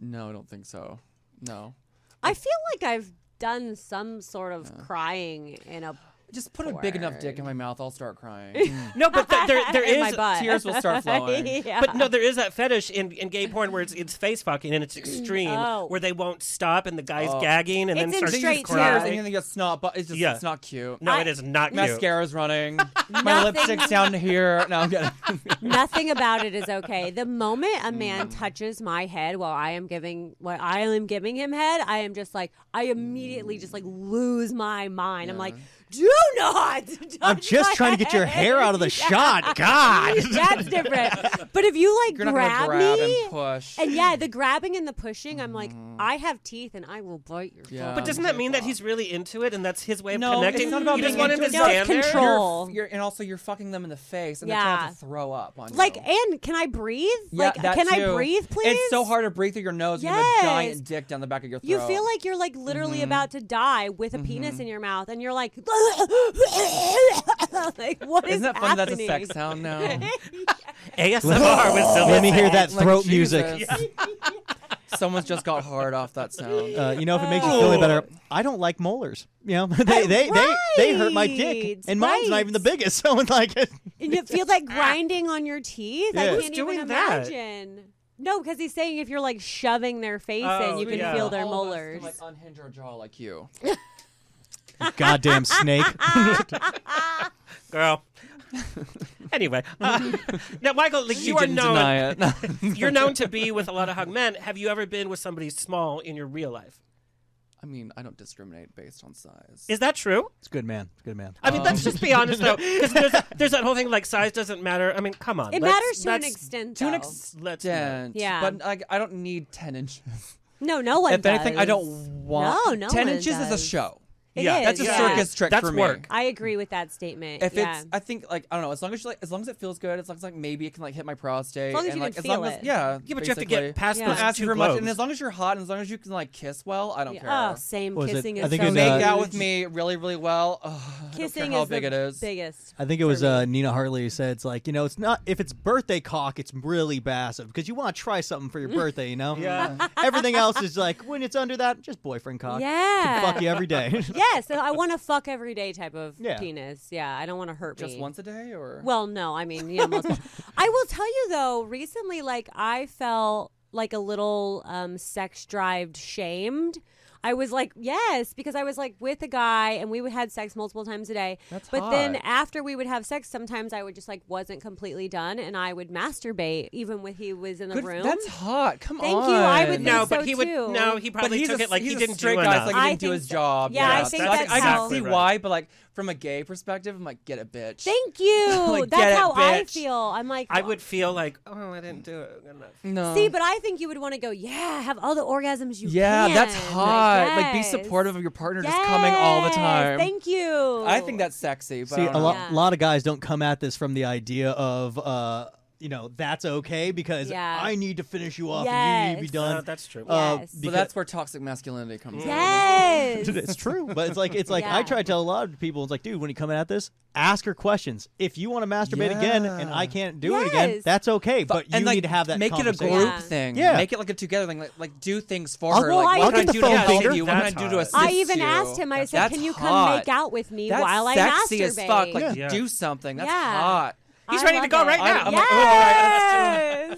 E: No, I don't think so. No.
B: I feel like I've done some sort of crying in a
E: Just put a big enough dick in my mouth, I'll start crying.
A: No, but th- there there
B: In my
A: is
B: butt.
E: Tears will start flowing.
B: yeah.
A: But no, there is that fetish in, in gay porn where it's, it's face fucking and it's extreme,
B: Oh.
A: where they won't stop and the guy's
E: Oh.
A: gagging and
B: It's
A: then
B: in
A: starts
E: They
A: to
B: straight
E: use
A: cry.
E: tears
B: tears.
E: and you think it's not, but it's just
A: Yeah.
E: it's not cute.
A: No,
B: I-
A: it is not cute.
E: Mascara's running. my lipstick's down here. No, I'm kidding.
B: Nothing about it is okay. The moment a man touches my head while I am giving what I am giving him head, I am just like I immediately just like lose my mind. I'm like, do not. Touch
C: I'm just
B: my
C: trying to get your hair out of the
B: head."
C: shot. God.
B: That's different. But if you like
E: You're not
B: grab,
E: gonna grab
B: me,
E: and push.
B: and yeah, the grabbing and the pushing, I'm like, I have teeth and I will bite your.
E: Yeah.
B: fucking
A: But doesn't that mean that he's really into it and that's his way of
E: No,
A: connecting?
E: it's not about
A: you
E: being
A: just want him to
E: into it.
B: No, it's
A: stand there?
B: control.
E: You're-
B: Troll.
E: you're- and also you're fucking them in the face, and they're
B: Yeah.
E: trying to throw up on
B: Like
E: you.
B: and can I breathe?
E: Yeah,
B: like
E: that
B: can I
E: too.
B: breathe, please?
E: It's so hard to breathe through your nose. You have a
B: Yes.
E: giant dick down the back of your throat.
B: You feel like you're like literally
E: Mm-hmm.
B: about to die with a penis in your mouth, and you're like, like what is
E: Isn't that funny? That's a
B: happening?
E: sex sound now.
A: ASMR with Sylvia.
C: Let me hear that
E: Like,
C: throat music.
E: Jesus. Someone's just got hard off that sound.
C: Uh, you know, if it makes you feel any better, I don't like molars. You know, they they, they, they hurt my dick,
B: Right,
C: and mine's not
B: right.
C: even the biggest. So it's like,
B: And you feel
E: Ah.
B: that grinding on your teeth. I
C: Yeah.
B: can't
C: Who's
B: even
A: doing that?
B: imagine. No, because he's saying if you're like shoving their face in,
A: Oh,
B: you can
A: yeah.
B: feel their
E: All of us can,
B: molars.
E: like unhinge our jaw like you.
C: goddamn snake.
A: Girl. anyway, uh, now Michael, like,
E: She
A: you are
E: didn't
A: known.
E: deny it.
A: You're known to be with a lot of hung men. Have you ever been with somebody small in your real life?
E: I mean, I don't discriminate based on size.
A: Is that true?
C: It's a good man. It's a good man.
A: I mean, let's just be
E: Um,
A: honest though, because there's, there's that whole thing like size doesn't matter. I mean, come on.
B: it
A: let's-
B: matters to an
A: let's-
B: extent.
E: to an
B: though.
E: extent.
A: Let's
B: Yeah.
E: But like, I don't need ten inches.
B: no, no one.
E: if anything, I don't
B: does.
E: want.
B: No, no
E: ten
B: one
E: inches is a
B: does.
E: show.
B: It
A: Yeah,
B: is,
E: That's a
B: yeah.
E: circus trick
A: That's
E: for me.
A: work.
B: I agree with that statement.
E: If
B: yeah.
E: it's, I think like I don't know. As long as you, like, as long as it feels good, as long as like maybe it can like hit my prostate.
B: long as
E: and,
B: you
E: like,
B: can
E: as long
B: feel
E: As,
B: it.
E: yeah.
A: Yeah, but you have to
E: basically.
A: get past
B: Yeah.
A: those
E: Don't ask
A: two
E: for much,
A: blows.
E: and as long as you're hot, and as long as you can like kiss well, I don't
B: Yeah.
E: care.
B: oh, same
C: What was it?
B: kissing
C: I
B: is
C: think
B: so
C: it
E: you
C: was,
E: make
C: uh,
E: out with
B: huge.
E: me really, really well. Ugh, I don't care
B: Kissing
E: how
B: is
E: big
B: the
E: it is.
B: biggest.
C: I think it was uh, Nina Hartley said it's like you know it's not if it's birthday cock it's really massive because you want to try something for your birthday you know
A: Yeah.
C: everything else is like when it's under that just boyfriend cock
B: Yeah.
C: Can fuck you every day
B: Yes, I want to fuck every day type of
C: Yeah.
B: penis. Yeah, I don't want to hurt
E: Just
B: me.
E: once a day, or
B: Well, no, I mean, yeah, most. I will tell you though, recently, like I felt like a little um, sex drived shamed. I was like, yes, because I was like with a guy and we would had sex multiple times a day.
E: That's
B: but then
E: hot.
B: after we would have sex, sometimes I would just like wasn't completely done and I would masturbate even when he was in the
E: Good-
B: room.
E: that's hot. Come
B: Thank
E: on.
B: you, I would think
A: no,
B: so
A: but he would.
B: too.
A: No, he probably
E: he's
A: took
E: a,
A: it like he
E: he's a
A: didn't do
E: straight guy,
A: enough.
E: so, like
B: I
E: he didn't do
B: think
E: his
B: so.
E: job.
B: Yeah,
A: I
E: so
A: think
E: I,
A: that's
E: I
A: how-
E: can see
A: Exactly right.
E: why, but like from a gay perspective, I'm like, get a bitch.
B: Thank you.
E: Like, get
B: that's
E: it,
B: how I
E: bitch.
B: feel. I'm like,
A: I would feel like, oh, I didn't do it enough.
E: no.
B: See, but I think you would want to go, yeah, have all the orgasms you
E: yeah,
B: can.
E: that's
B: I
E: hot. Like, be
B: guess.
E: supportive of your partner just coming all the
B: Yes,
E: time.
B: Thank you.
E: I think that's sexy. But
C: see
E: I
C: a
E: don't
C: lo-
E: know.
B: Yeah.
C: lot of guys don't come at this from the idea of uh you know that's okay because
B: Yeah.
C: I need to finish you off and you need to be
B: Yes.
A: Uh,
C: done
A: that's true.
C: uh,
B: Yes.
E: But
C: because-
E: that's where toxic masculinity comes in.
B: Yes.
C: it's true, but it's like it's like I
B: Yeah.
C: try to tell a lot of people. It's like, dude, when you come at this, ask her questions. If you want to masturbate again and I
E: Yeah.
C: can't do it again,
B: Yes.
C: that's okay. But you
E: and, like,
C: need to have that.
E: Make it a group
C: conversation.
B: Yeah.
E: thing.
C: Yeah. Oh,
E: Make it like a together thing. Like, like do things for
C: I'll-
E: her.
B: well, I
E: like, what
B: even-
E: can I do to
C: I'll get the phone
E: help
C: finger.
E: you? What can I
A: That's
E: do
A: hot.
E: to assist
B: I even
E: you?
B: asked him. I said,
E: That's
B: "Can you come
E: hot.
B: make out with me
E: That's
B: while I
E: sexy
B: masturbate?"
E: as fuck. Like,
A: Yeah.
E: do something. That's
B: Yeah.
E: hot.
A: He's
B: I
A: ready to
B: love
A: go
B: it.
A: right now.
E: I'm like, oh, all
B: yes.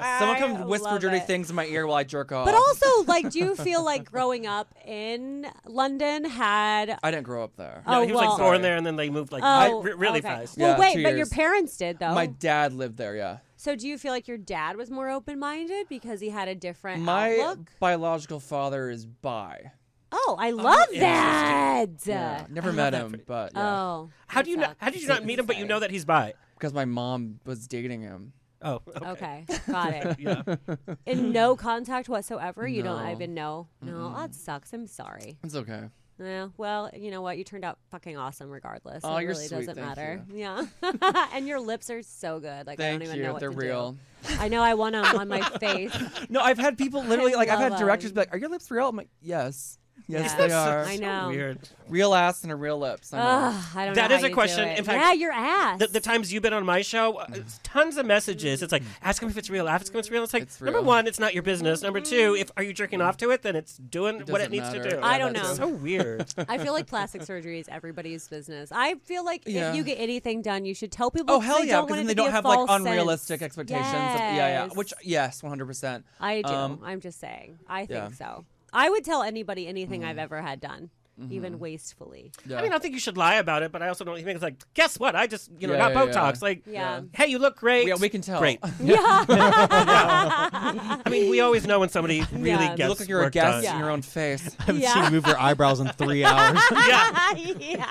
E: Someone
B: I
E: come whisper
B: love
E: dirty
B: it.
E: things in my ear while I jerk off.
B: But also, like, do you feel like growing up in London had?
E: I didn't grow up there.
B: Oh,
A: No, he was like
B: well.
A: born there, and then they moved like
B: Oh,
A: re- really
B: okay.
A: fast.
B: Well,
E: Yeah,
B: wait,
E: two
B: but your
E: years.
B: parents did though.
E: My dad lived there. Yeah.
B: so, do you feel like your dad was more open-minded because he had a different
E: My
B: outlook?
E: biological father is bi.
B: Oh, I love
A: interesting.
B: that.
E: Yeah. Never met him, but yeah.
B: Oh,
A: How do you
B: that
A: know?
B: sucks.
A: How did you not meet him, but you know that he's bi?
E: because my mom was dating him.
A: Oh,
B: Okay, got it. In no contact whatsoever. You don't
E: No.
B: even know. No, that sucks. I'm sorry.
E: It's okay.
B: Yeah, well, you know what? You turned out fucking awesome regardless.
E: Aw,
B: it
E: Oh, you're
B: really
E: sweet.
B: doesn't
E: Thank
B: matter. Yeah. and your lips are so good. Like I
E: Thank
B: don't even
E: you.
B: know what
E: They're
B: to do.
E: real.
B: I know I want them on my face.
E: No, I've had people literally like I've
B: love
E: had directors
B: him.
E: be like, "Are your lips real?" I'm like, "Yes." Yes,
B: Yeah.
E: they are.
B: I know.
A: Weird.
E: Real ass and a real lips. I know.
B: Ugh, I don't
A: That
B: know
A: is
B: how
A: a
B: you
A: question.
B: Do it.
A: In fact,
B: yeah, your ass.
A: The, the times you've been on my show, uh,
E: Mm-hmm.
A: it's tons of messages. It's like, ask him if it's real. Ask him if it's real. It's like,
E: It's
A: number
E: real.
A: one, it's not your business. Number two, if are you jerking off to it, then it's doing what it
E: doesn't
A: needs to
E: matter.
A: do.
E: Yeah,
B: I don't
E: that's
B: know.
A: So weird.
B: I feel like plastic surgery is everybody's business. I feel like
E: Yeah.
B: if you get anything done, you should tell people.
E: Oh
B: 'cause
E: hell
B: they
E: yeah!
B: Don't
E: Because
B: want it
E: then they
B: to be
E: don't
B: a
E: have like
B: false
E: unrealistic
B: sense.
E: expectations. Of, yeah, yeah.
B: Yes.
E: Which yes, one hundred percent.
B: I do.
E: Um,
B: I'm just saying. I think
E: yeah. Mm-hmm.
B: so. I would tell anybody anything I've ever had done, even wastefully.
A: I mean, I don't think you should lie about it, but I also don't think it's like, guess what? I just, you know,
E: Yeah,
A: got
E: yeah,
A: Botox.
E: yeah.
A: Like,
B: Yeah.
A: hey, you look great.
E: Yeah, we can tell.
A: Great.
B: Yeah.
A: I mean, we always know when somebody really
B: Yeah. You
A: gets
E: You look like you're a
A: work
E: gas
A: done.
E: in your own face.
C: I haven't
B: Yeah.
C: seen you move your eyebrows in three hours.
A: yeah.
B: yeah.
E: Let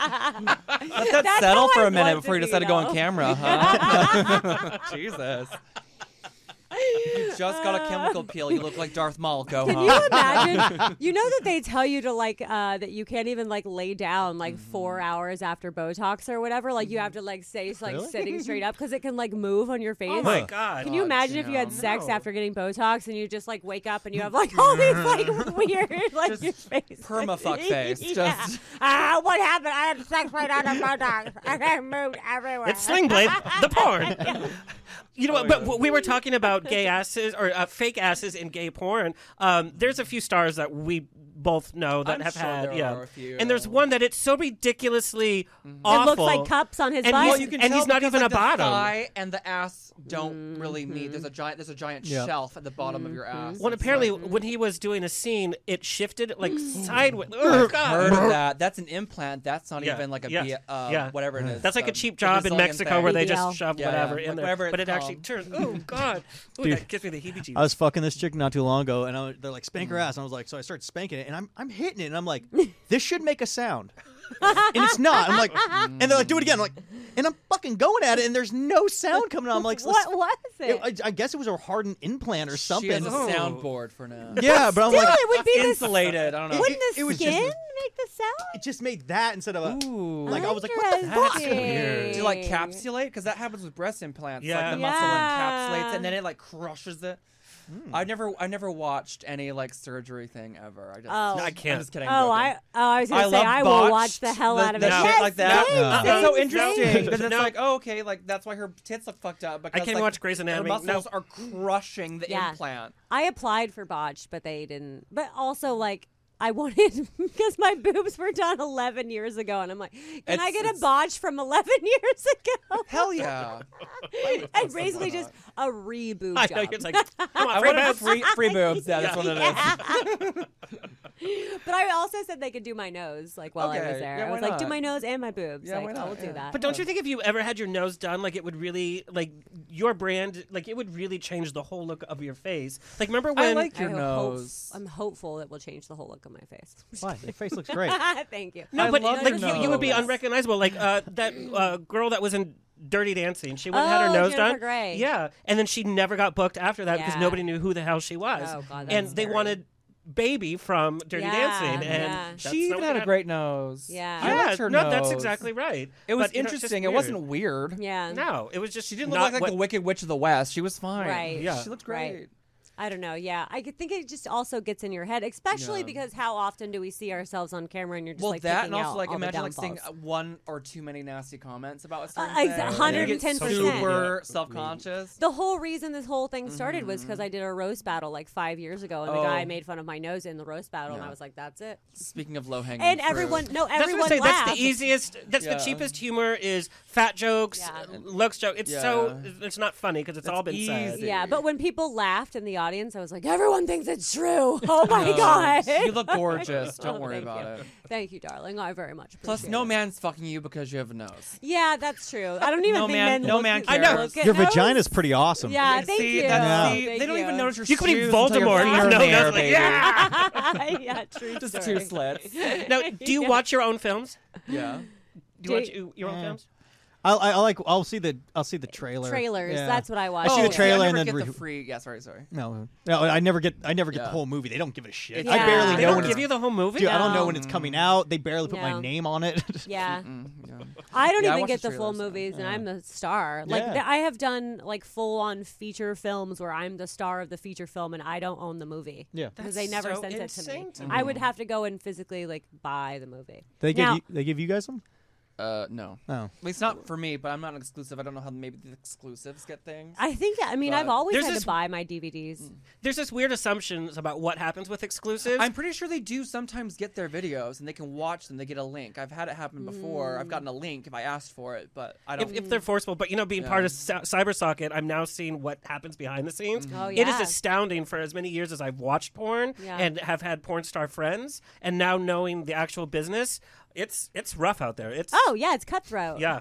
E: that
B: That's how
E: settle for
B: I'd
E: a minute
B: want
E: before you
B: to
E: decide
B: be,
E: to go on
B: though.
E: camera, huh? Jesus. You just got a chemical peel. You look like Darth Maul. Go
B: Can
E: home.
B: you imagine? You know that they tell you to like uh, that you can't even like lay down like four hours after Botox or whatever. Like you have to like say it's like
C: Really?
B: sitting straight up because it can like move on your face.
A: Oh my god.
B: Can you imagine if you had
E: damn.
B: sex
A: No.
B: after getting Botox and you just like wake up and you have like all these like weird like your face
E: perma-fuck face,
B: Yeah.
E: just-
B: ah, what happened? I had sex right after Botox. and I moved everywhere.
A: It's Slingblade, the porn. You know what?
E: Oh,
A: But
E: yeah.
A: w- we were talking about gay asses or uh, fake asses in gay porn. Um, there's a few stars that we both know that
E: I'm
A: have
E: sure
A: had.
E: there
A: yeah,
E: are a few.
A: and there's one that it's so ridiculously
B: Mm-hmm. It
A: awful.
B: looks like cups on his
A: And
B: body.
A: well,
E: Well, you can
A: And
E: tell
A: he's not
E: because,
A: even
E: like,
A: a bottom.
E: The thigh and the ass don't really meet. There's a giant. There's a giant
C: Yeah.
E: shelf at the bottom of your ass.
A: Well,
E: It's
A: apparently,
E: like,
A: when he was doing a scene, it shifted like
B: Mm.
A: sideways. Oh my
E: heard
A: god!
E: of that. That's an implant. That's not
A: Yeah.
E: even like a
A: Yeah.
E: B- uh,
A: Yeah.
E: whatever it is.
A: That's like
E: the-
A: a cheap
E: the
A: job in
E: Brazilian
A: Mexico
E: thing.
A: where they
B: BBL.
A: just shove
E: Yeah,
A: whatever
E: yeah,
A: in there,
E: whatever it's
A: but it actually
E: called.
A: turns. Oh god! Ooh,
C: Dude.
A: that gives me the heebie-jeebies.
C: I was fucking this chick not too long ago, and I was, they're like, "Spank her ass," and I was like, so I started spanking it, and I'm I'm hitting it, and I'm like, this should make a sound, and it's not. I'm like, and they're like, do it again. I'm like, and I'm fucking going at it, and there's no sound coming out. I'm like,
B: what was it?
C: I, I guess it uh, was a hardened implant or
E: She has
C: something.
E: a
A: Oh.
E: soundboard for now.
C: Yeah, but I'm
B: Still,
C: like,
B: it would be this.
E: Insulated. I don't know.
B: Wouldn't
C: it
B: the
C: was just-
B: skin make the sound?
C: it just made that instead of a.
E: Ooh.
C: Like, I was like, what the fuck?
B: That's weird.
E: Do you like capsulate? Because that happens with breast implants.
A: Yeah.
E: Like the muscle
B: Yeah.
E: encapsulates it and then it like crushes it.
A: Hmm.
E: I never, I never watched any like surgery thing ever. I just,
B: Oh. No, I
E: I'm
A: can't.
E: just kidding.
B: Oh, I,
E: joking.
B: oh, I was gonna say
E: love
B: I will
E: botched,
B: watch the hell out of
E: the
B: it.
E: shit
B: Yes,
E: like that.
B: same,
C: No.
B: same,
E: That's so
B: same.
E: interesting because it's
A: No.
E: like, oh, okay, like that's why her tits look fucked up because
A: can't even
E: like,
A: watch Grey's Anatomy.
E: Her muscles
A: No.
E: are crushing the
B: Yeah.
E: implant.
B: I applied for botched, but they didn't. But also, like, I wanted because my boobs were done eleven years ago, and I'm like, can I
E: It's-
B: get a
E: it's-
B: botch from eleven years ago?
E: Hell yeah!
B: and basically just a reboob
A: I
B: job.
A: know you're like, come
E: I
A: on, free
E: want
A: bets.
E: free, free boobs. Yeah, that's
A: Yeah.
E: what it is.
B: Yeah. but I also said they could do my nose, like while I was
E: Okay.
B: there.
E: Yeah,
B: I
E: why
B: was like, do
E: not?
B: my nose and my boobs.
E: Yeah,
B: like,
E: why
B: I
E: not?
B: will do
E: Yeah.
B: that.
A: But don't you think if you ever had your nose done, like it would really, like your brand, like it would really change the whole look of your face? Like, remember when?
E: I like
B: I
E: your
B: hope-
E: nose.
B: I'm hopeful it will change the whole look of my face.
C: Why? Your face looks great.
B: Thank you.
A: no,
E: I
A: but
E: love
A: like
E: your
A: you, you would be
E: nose.
A: unrecognizable. Like uh, that uh, girl that was in Dirty Dancing, she went and had her
B: Oh,
A: nose
B: Jennifer
A: done.
B: Grey.
A: Yeah, and then she never got booked after that because
B: Yeah.
A: nobody knew who the hell she was.
B: Oh, God, that's
A: and they
B: scary.
A: wanted Baby from Dirty
B: Yeah,
A: Dancing, and
B: yeah.
A: that's
E: She
A: not
E: even
A: what
E: had a
A: hap-
E: great nose.
B: Yeah.
E: I
A: Yeah,
E: liked her
A: no,
E: nose.
A: that's exactly right.
E: It was
A: But, you know, it's just
E: interesting. it
A: weird.
E: wasn't weird.
B: Yeah.
A: No, it was just
E: She didn't
A: not
E: look like
A: what-
E: the Wicked Witch of the West. She was fine.
B: Right.
A: Yeah.
E: She looked
B: Right.
E: great.
B: I don't know. Yeah. I could think it just also gets in your head, especially
E: Yeah.
B: because how often do we see ourselves on camera and you're just
E: Well,
B: like
E: that
B: picking
E: and also
B: out
E: like
B: all the
E: imagine like seeing
B: downfalls.
E: uh, one or too many nasty comments about a certain
B: exa-
E: thing.
B: hundred
E: You
B: and
E: get
B: ten percent.
E: Super self conscious.
B: the whole reason this whole thing started was because I did a roast battle like five years ago, and the guy
E: Mm-hmm. Oh.
B: made fun of my nose in the roast battle, and I
E: Yeah.
B: was like, "That's it."
E: Speaking of low hanging.
B: And everyone, no,
A: That's
B: everyone
A: what I say.
B: laughed.
A: That's the easiest. That's
E: Yeah.
A: the cheapest humor is fat jokes,
B: Yeah.
A: uh, looks joke. It's so
E: Yeah.
A: it's not funny because it's
E: It's
A: all been said.
E: easy.
B: yeah, but when people laughed in the audience, I was like, "Everyone thinks it's true." Oh my god!
E: Uh, You look gorgeous.
B: Oh,
E: Don't worry
B: thank
E: about
B: you.
E: it.
B: Thank you, darling. I very much.
E: Plus,
B: appreciate
E: no
B: it.
E: man's fucking you because you have a nose.
B: Yeah, that's true. I don't even
E: No
B: think men.
E: man- no
B: look
E: man
B: at-
A: cares. I know.
B: look at
C: Your
B: nose.
C: vagina's pretty awesome.
B: Yeah, thank
E: see,
B: you.
E: That's,
B: Thank
E: see, they don't
B: you.
E: even notice your
A: You could be
E: shoes
A: Voldemort.
E: Until your feet are
A: No,
E: there,
A: that's like,
E: baby.
A: yeah.
B: yeah, true.
E: Just
B: story.
E: two slits.
A: Now, do you watch your own films?
E: yeah.
A: Do you watch
B: Do-
A: you- your own
C: Yeah.
A: films?
C: I, I, I like. I'll see the. I'll see the trailer.
B: Trailers.
C: Yeah.
B: That's what I watch.
C: I see the
E: Oh, yeah,
C: trailer
E: I
C: and
E: never
C: then
E: get
C: re-
E: the free. Yeah, sorry, sorry.
C: No, no. I never get. I never get the
E: Yeah.
C: whole movie. They don't give a shit.
E: It's-
C: I
B: Yeah.
C: barely
A: They
C: know
A: don't
C: when
A: give
C: it's.
A: you the whole movie.
C: Dude, I don't know
B: No.
C: when it's coming out. They barely put
B: No.
C: my name on it.
B: Yeah.
E: Mm, yeah. Um,
B: I don't
E: Yeah, I
B: even
E: watched
B: get
E: the
B: the full
E: trailers, uh,
B: movies, and I'm the star. Like
C: Yeah.
B: th- I have done like full on feature films where I'm the star of the feature film, and I don't own the movie.
C: Yeah.
B: because they
A: That's
B: never
A: so
B: sent it to me.
A: insane to
B: I would have to go and physically like buy the movie.
C: They give
B: Now-
C: you they give you guys them?
E: uh, no.
C: Oh.
E: At least not for me, but I'm not an exclusive. I don't know how maybe the exclusives get things.
B: I think. I mean, I've
E: But-
B: always
A: There's
B: had
A: this-
B: to buy my DVDs.
A: There's this weird assumptions about what happens with exclusives.
E: I'm pretty sure they do sometimes get their videos and they can watch them. They get a link. I've had it happen before.
B: Mm.
E: I've gotten a link if I asked for it, but I don't.
A: if, if they're forceful, but you know, being part of Cy- CyberSocket, I'm now seeing what happens behind the scenes.
B: Oh,
A: It
B: yeah.
A: is astounding for as many years as I've watched porn
B: Yeah.
A: and have had porn star friends, and now knowing the actual business, it's it's rough out there. It's
B: Oh yeah, it's cutthroat.
A: yeah,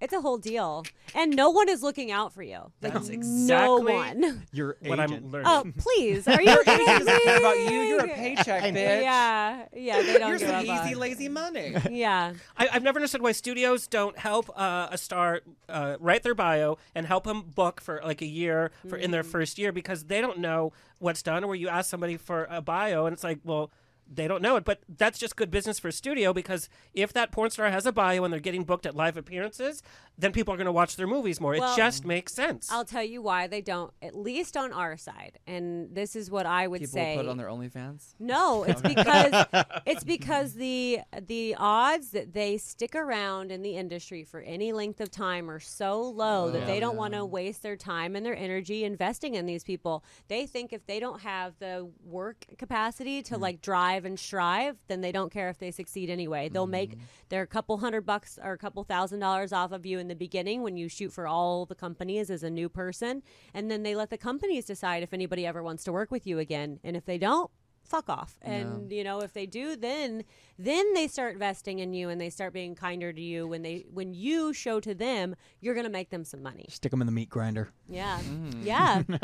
B: it's a whole deal, and no one is looking out for you. Like
A: That's
B: no
A: exactly
B: one.
C: Your
A: what I'm
C: agent.
A: learning.
B: Oh please, are you
E: Your agent
B: kidding
E: doesn't care about you.
B: me?
E: You're a paycheck, bitch.
B: Yeah, yeah, they don't
E: You're
B: give a
E: some
B: fuck.
E: easy, lazy money.
B: Yeah.
A: I, I've never understood why studios don't help uh, a star uh, write their bio and help them book for like a year for in
B: Hmm.
A: their first year because they don't know what's done. Where you ask somebody for a bio and it's like, well, they don't know it, but that's just good business for a studio because if that porn star has a bio and they're getting booked at live appearances, then people are going to watch their movies more.
B: Well-
A: it just makes sense.
B: I'll tell you why they don't, at least on our side. And this is what I would
E: People
B: say.
E: will put it on their OnlyFans.
B: no, it's because it's because the the odds that they stick around in the industry for any length of time are so low that they don't want to waste their time and their energy investing in these people. They think if they don't have the work capacity to like drive and strive, then they don't care if they succeed anyway. They'll make their couple hundred bucks or a couple thousand dollars off of you in the beginning when you shoot for all the companies as a new person, and then they let the companies decide if anybody ever wants to work with you again. And if they don't, fuck off. And you know, if they do, then then they start investing in you and they start being kinder to you when they when you show to them you're gonna make them some money.
C: Stick them in the meat grinder.
B: Yeah. Yeah.
A: do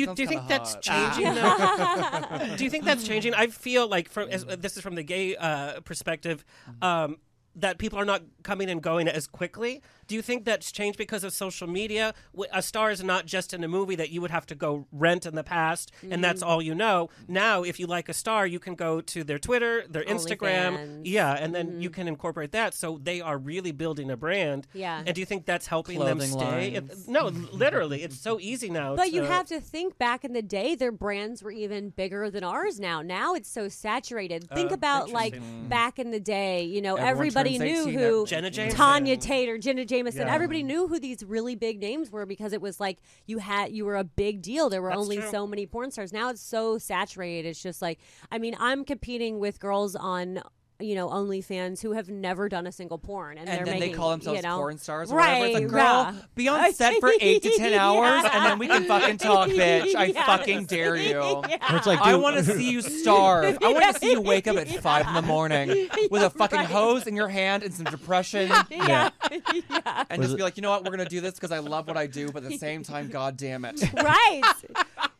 A: you,
E: sounds
A: do you think
E: kinda
A: that's
E: hot.
A: changing? though? do you think that's changing? I feel like from as, this is from the gay uh, perspective.
B: Mm-hmm.
A: Um, that people are not coming and going as quickly. Do you think that's changed because of social media? W- A star is not just in a movie that you would have to go rent in the past, and that's
B: Mm-hmm.
A: all you know. Now, if you like a star, you can go to their Twitter, their Instagram,
B: OnlyFans.
A: yeah, and then
B: Mm-hmm.
A: you can incorporate that. So they are really building a brand.
B: Yeah.
A: And do you think that's helping them
E: Clothing
A: stay? It-
E: lines.
A: no, literally, it's so easy now.
B: But you
A: to-
B: have to think back in the day, their brands were even bigger than ours now. Now it's so
A: Uh,
B: saturated. Think about like
E: Mm.
B: back in the day, you know,
E: Everyone
B: everybody
E: turns
B: knew
E: 18
B: who
E: at-
A: Jenna Jameson.
B: Tanya Tater, Jenna Jameson.
A: Mm. Yeah.
B: Everybody knew who these really big names were because it was like you had you were a big deal. There were
A: That's
B: only
A: true.
B: so many porn stars. Now it's so saturated. It's just like I mean, I'm competing with girls on you know OnlyFans who have never done a single porn, and,
E: And
B: they're
E: then
B: making,
E: they call
B: you
E: themselves
B: know,
E: porn stars or
B: right,
E: whatever. It's like,
B: yeah.
E: girl, be on set for eight to ten hours and then we can fucking talk, bitch. I
B: Yes.
E: fucking dare you.
B: Yeah.
C: Where it's like,
E: I
C: dude,
E: want to see you starve. I want to see you wake up at five in the morning with a fucking
B: right.
E: hose in your hand and some depression,
B: Yeah. yeah.
E: and
C: Was
E: just
C: it-
E: be like, you know what? We're gonna do this because I love what I do, but at the same time, god damn it.
B: Right.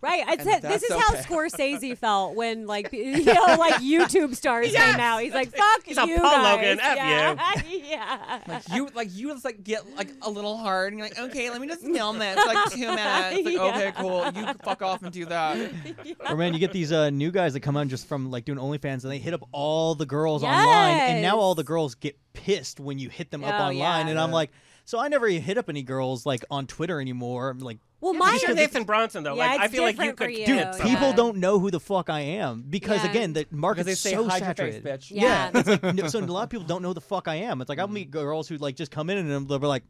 B: Right. I said, this
E: that's
B: is how
E: okay.
B: Scorsese felt when like you know like YouTube stars came out. He's like, fuck
A: He's like,
B: you
A: "Paul
B: guys."
A: Logan, F
B: yeah. yeah.
E: Like you, like you, just like get like a little hard, and you're like, okay, let me just film this, like two minutes. Like, okay, cool. You can fuck off and do that.
C: or man, you get these uh, new guys that come on just from like doing OnlyFans, and they hit up all the girls online, and now all the
B: Yes.
C: girls get pissed when you hit them up
B: Oh,
C: online,
B: yeah.
C: and I'm like, so I never hit up any girls like on Twitter anymore. I'm like,
B: Well,
A: Mine
B: mine
A: These are Nathan Bronson though.
B: Yeah,
A: like I
B: it's
A: feel like you
B: different for
A: could
B: you.
A: do
C: dude,
B: Yeah,
A: it.
B: yeah.
C: people don't know who the fuck I am because
B: Yeah.
C: again, the
E: Because
C: market's
E: they say
C: so
E: hide your face,
C: saturated.
E: bitch.
B: Yeah.
C: it's like no, so a lot of people don't know the fuck I am. It's like I'll meet girls who like just come in and they'll be like,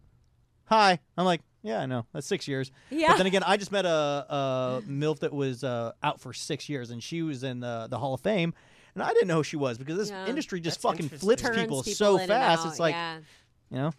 C: "Hi," I'm like, "Yeah, I know that's six years."
B: Yeah.
C: But then again, I just met a, a milf that was uh, out for six years, and she was in uh, the the Hall of Fame, and I didn't know who she was because this
B: Yeah.
C: industry just
A: That's
C: fucking
A: interesting.
C: flips
B: turns
C: people,
B: people
C: so
B: in and
C: fast.
B: out,
C: It's like
B: yeah.
C: you know,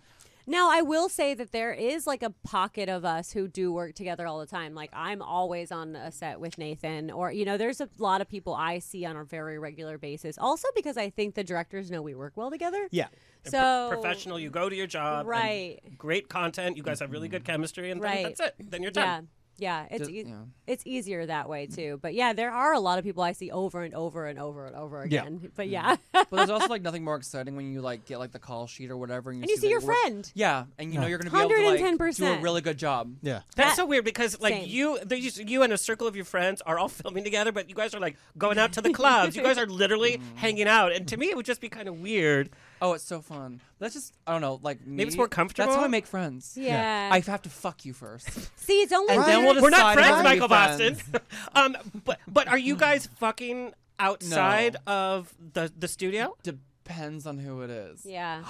B: Now, I will say that there is like a pocket of us who do work together all the time. Like, I'm always on a set with Nathan, or, you know, there's a lot of people I see on a very regular basis. Also, because I think the directors know we work well together.
C: yeah.
B: So,
A: professional. You go to your job. and
B: Right.
A: Great content. You guys have really good
E: Mm-hmm.
A: chemistry, and then
B: Right.
A: that's it. Then you're
B: Yeah.
A: done.
B: Yeah, it's
E: Just-
B: ea-
E: yeah. Mm.
B: it's easier that way too. But yeah, there are a lot of people I see over and over and over and over
C: Yeah.
B: again. But yeah,
E: But there's also like nothing more exciting when you like get like the call sheet or whatever, and you,
B: and you
E: that
B: see your
E: you're work-
B: friend.
E: Yeah, and you know you're gonna be able to like do a
B: 110%.
E: really good job.
C: Yeah.
A: That's
B: That-
A: so weird because like
B: Same.
A: you, there's just- you and a circle of your friends are all filming together, but you guys are like going
E: Mm.
A: out to the clubs. you guys are literally hanging out, and to me, it would just be kind of weird.
E: Oh, it's so fun. That's just I don't know. Like me,
A: it's more comfortable?
E: That's how I make friends.
B: Yeah.
E: I have to fuck you first,
B: See, it's only
E: and then
B: fair-
E: we'll
A: We're
E: decide.
A: not
E: if
A: friends,
E: we're gonna be
A: Michael Boston.
E: friends.
A: um, but but are you guys fucking outside of the the studio?
E: Depends on who it is.
B: Yeah.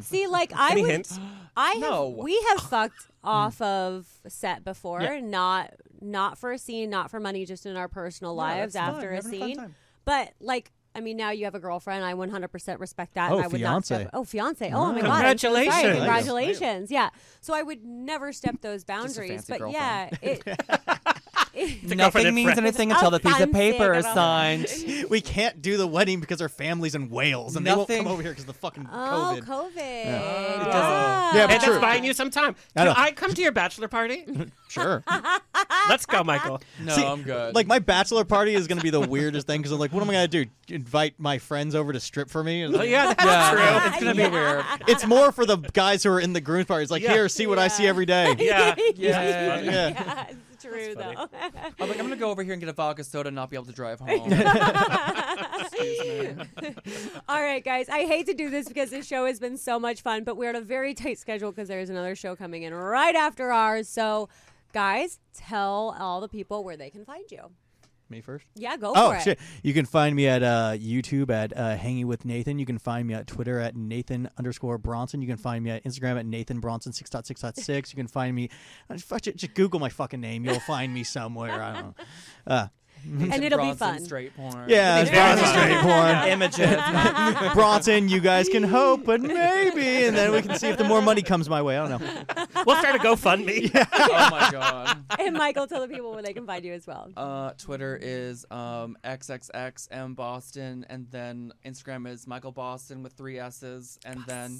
B: See, like I
A: Any
B: would,
A: hints?
B: I have,
E: No. Mm.
B: we have fucked off of set before, not not for a scene, not for money, just in our personal lives
E: that's fine.
B: after
E: We're
B: a
E: having a fun
B: scene.
E: time.
B: But like, I mean, now you have a girlfriend. I 100% respect that.
C: Oh,
B: and I would not step,
C: fiancé.
B: oh, fiance. Oh, my
C: Wow.
B: god, I'm so sorry.
A: Congratulations.
B: congratulations. Yeah. So I would never step those boundaries.
E: fancy
B: But
E: girlfriend.
B: yeah, it, it,
A: The girlfriend
E: Nothing
A: and
E: means
A: friend.
E: anything
B: It's
E: until the piece of
B: offensive
E: paper is
B: at all.
E: signed.
C: we can't do the wedding because our family's in Wales and they
E: Nothing-
C: won't come over here because the fucking
B: oh,
C: COVID.
B: COVID.
E: It
B: Yeah.
C: doesn't- Yeah,
A: And
C: True.
A: that's buying you some time.
C: I
A: Can
C: know.
A: I come to your bachelor party?
C: Sure.
A: Let's go, Michael.
E: No,
C: See,
E: I'm good.
C: Like my bachelor party is gonna be the weirdest thing because I'm like, what am I gonna do? Invite my friends over to strip for me?
A: Oh, yeah, that's
E: yeah,
A: true.
E: it's gonna be
B: Yeah.
E: weird.
C: It's more for the guys who are in the groom's party. It's like,
A: Yeah.
C: here, see what I see every day.
A: Yeah.
E: Yeah.
C: Yeah.
B: yeah, it's true though.
E: I'm like, I'm gonna go over here and get a vodka soda and not be able to drive home. Excuse me.
B: All right, guys. I hate to do this because this show has been so much fun, but we're on a very tight schedule because there's another show coming in right after ours. So, guys, tell all the people where they can find you.
C: Me first.
B: Yeah, go
C: Oh
B: for
C: shit!
B: it.
C: You can find me at uh, YouTube at uh, Hanging with Nathan. You can find me at Twitter at Nathan underscore Bronson. You can find me at Instagram at Nathan Bronson six dot six dot six. You can find me. uh, fuck it, Just Google my fucking name. You'll find me somewhere. I don't know. Uh,
B: And it'll be
E: Bronson
B: fun.
E: Straight porn.
C: yeah, it's
A: Yeah.
C: Bronson straight porn.
E: Images.
C: Bronson, you guys can hope, but maybe, and then we can see if the more money comes my way. I don't know.
A: We'll start a GoFundMe.
E: oh my god.
B: And Michael, tell the people where they can find you as well.
E: Uh, Twitter is um, XXXM Boston, and then Instagram is Michael Boston with three S's, and then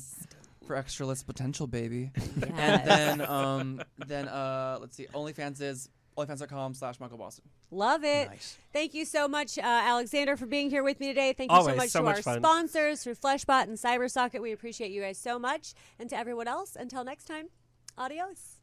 E: for extra list potential, baby.
B: Yes.
E: And then, um, then uh, let's see, OnlyFans is onlyfans.com slash Michael Boston.
B: Love it.
C: Nice.
B: Thank you so much, uh, Alexander, for being here with me today. Thank you so
A: Always,
B: much
A: so
B: to
A: much
B: our
A: fun.
B: sponsors, through Fleshbot and CyberSocket. We appreciate you guys so much. And to everyone else, until next time, adios.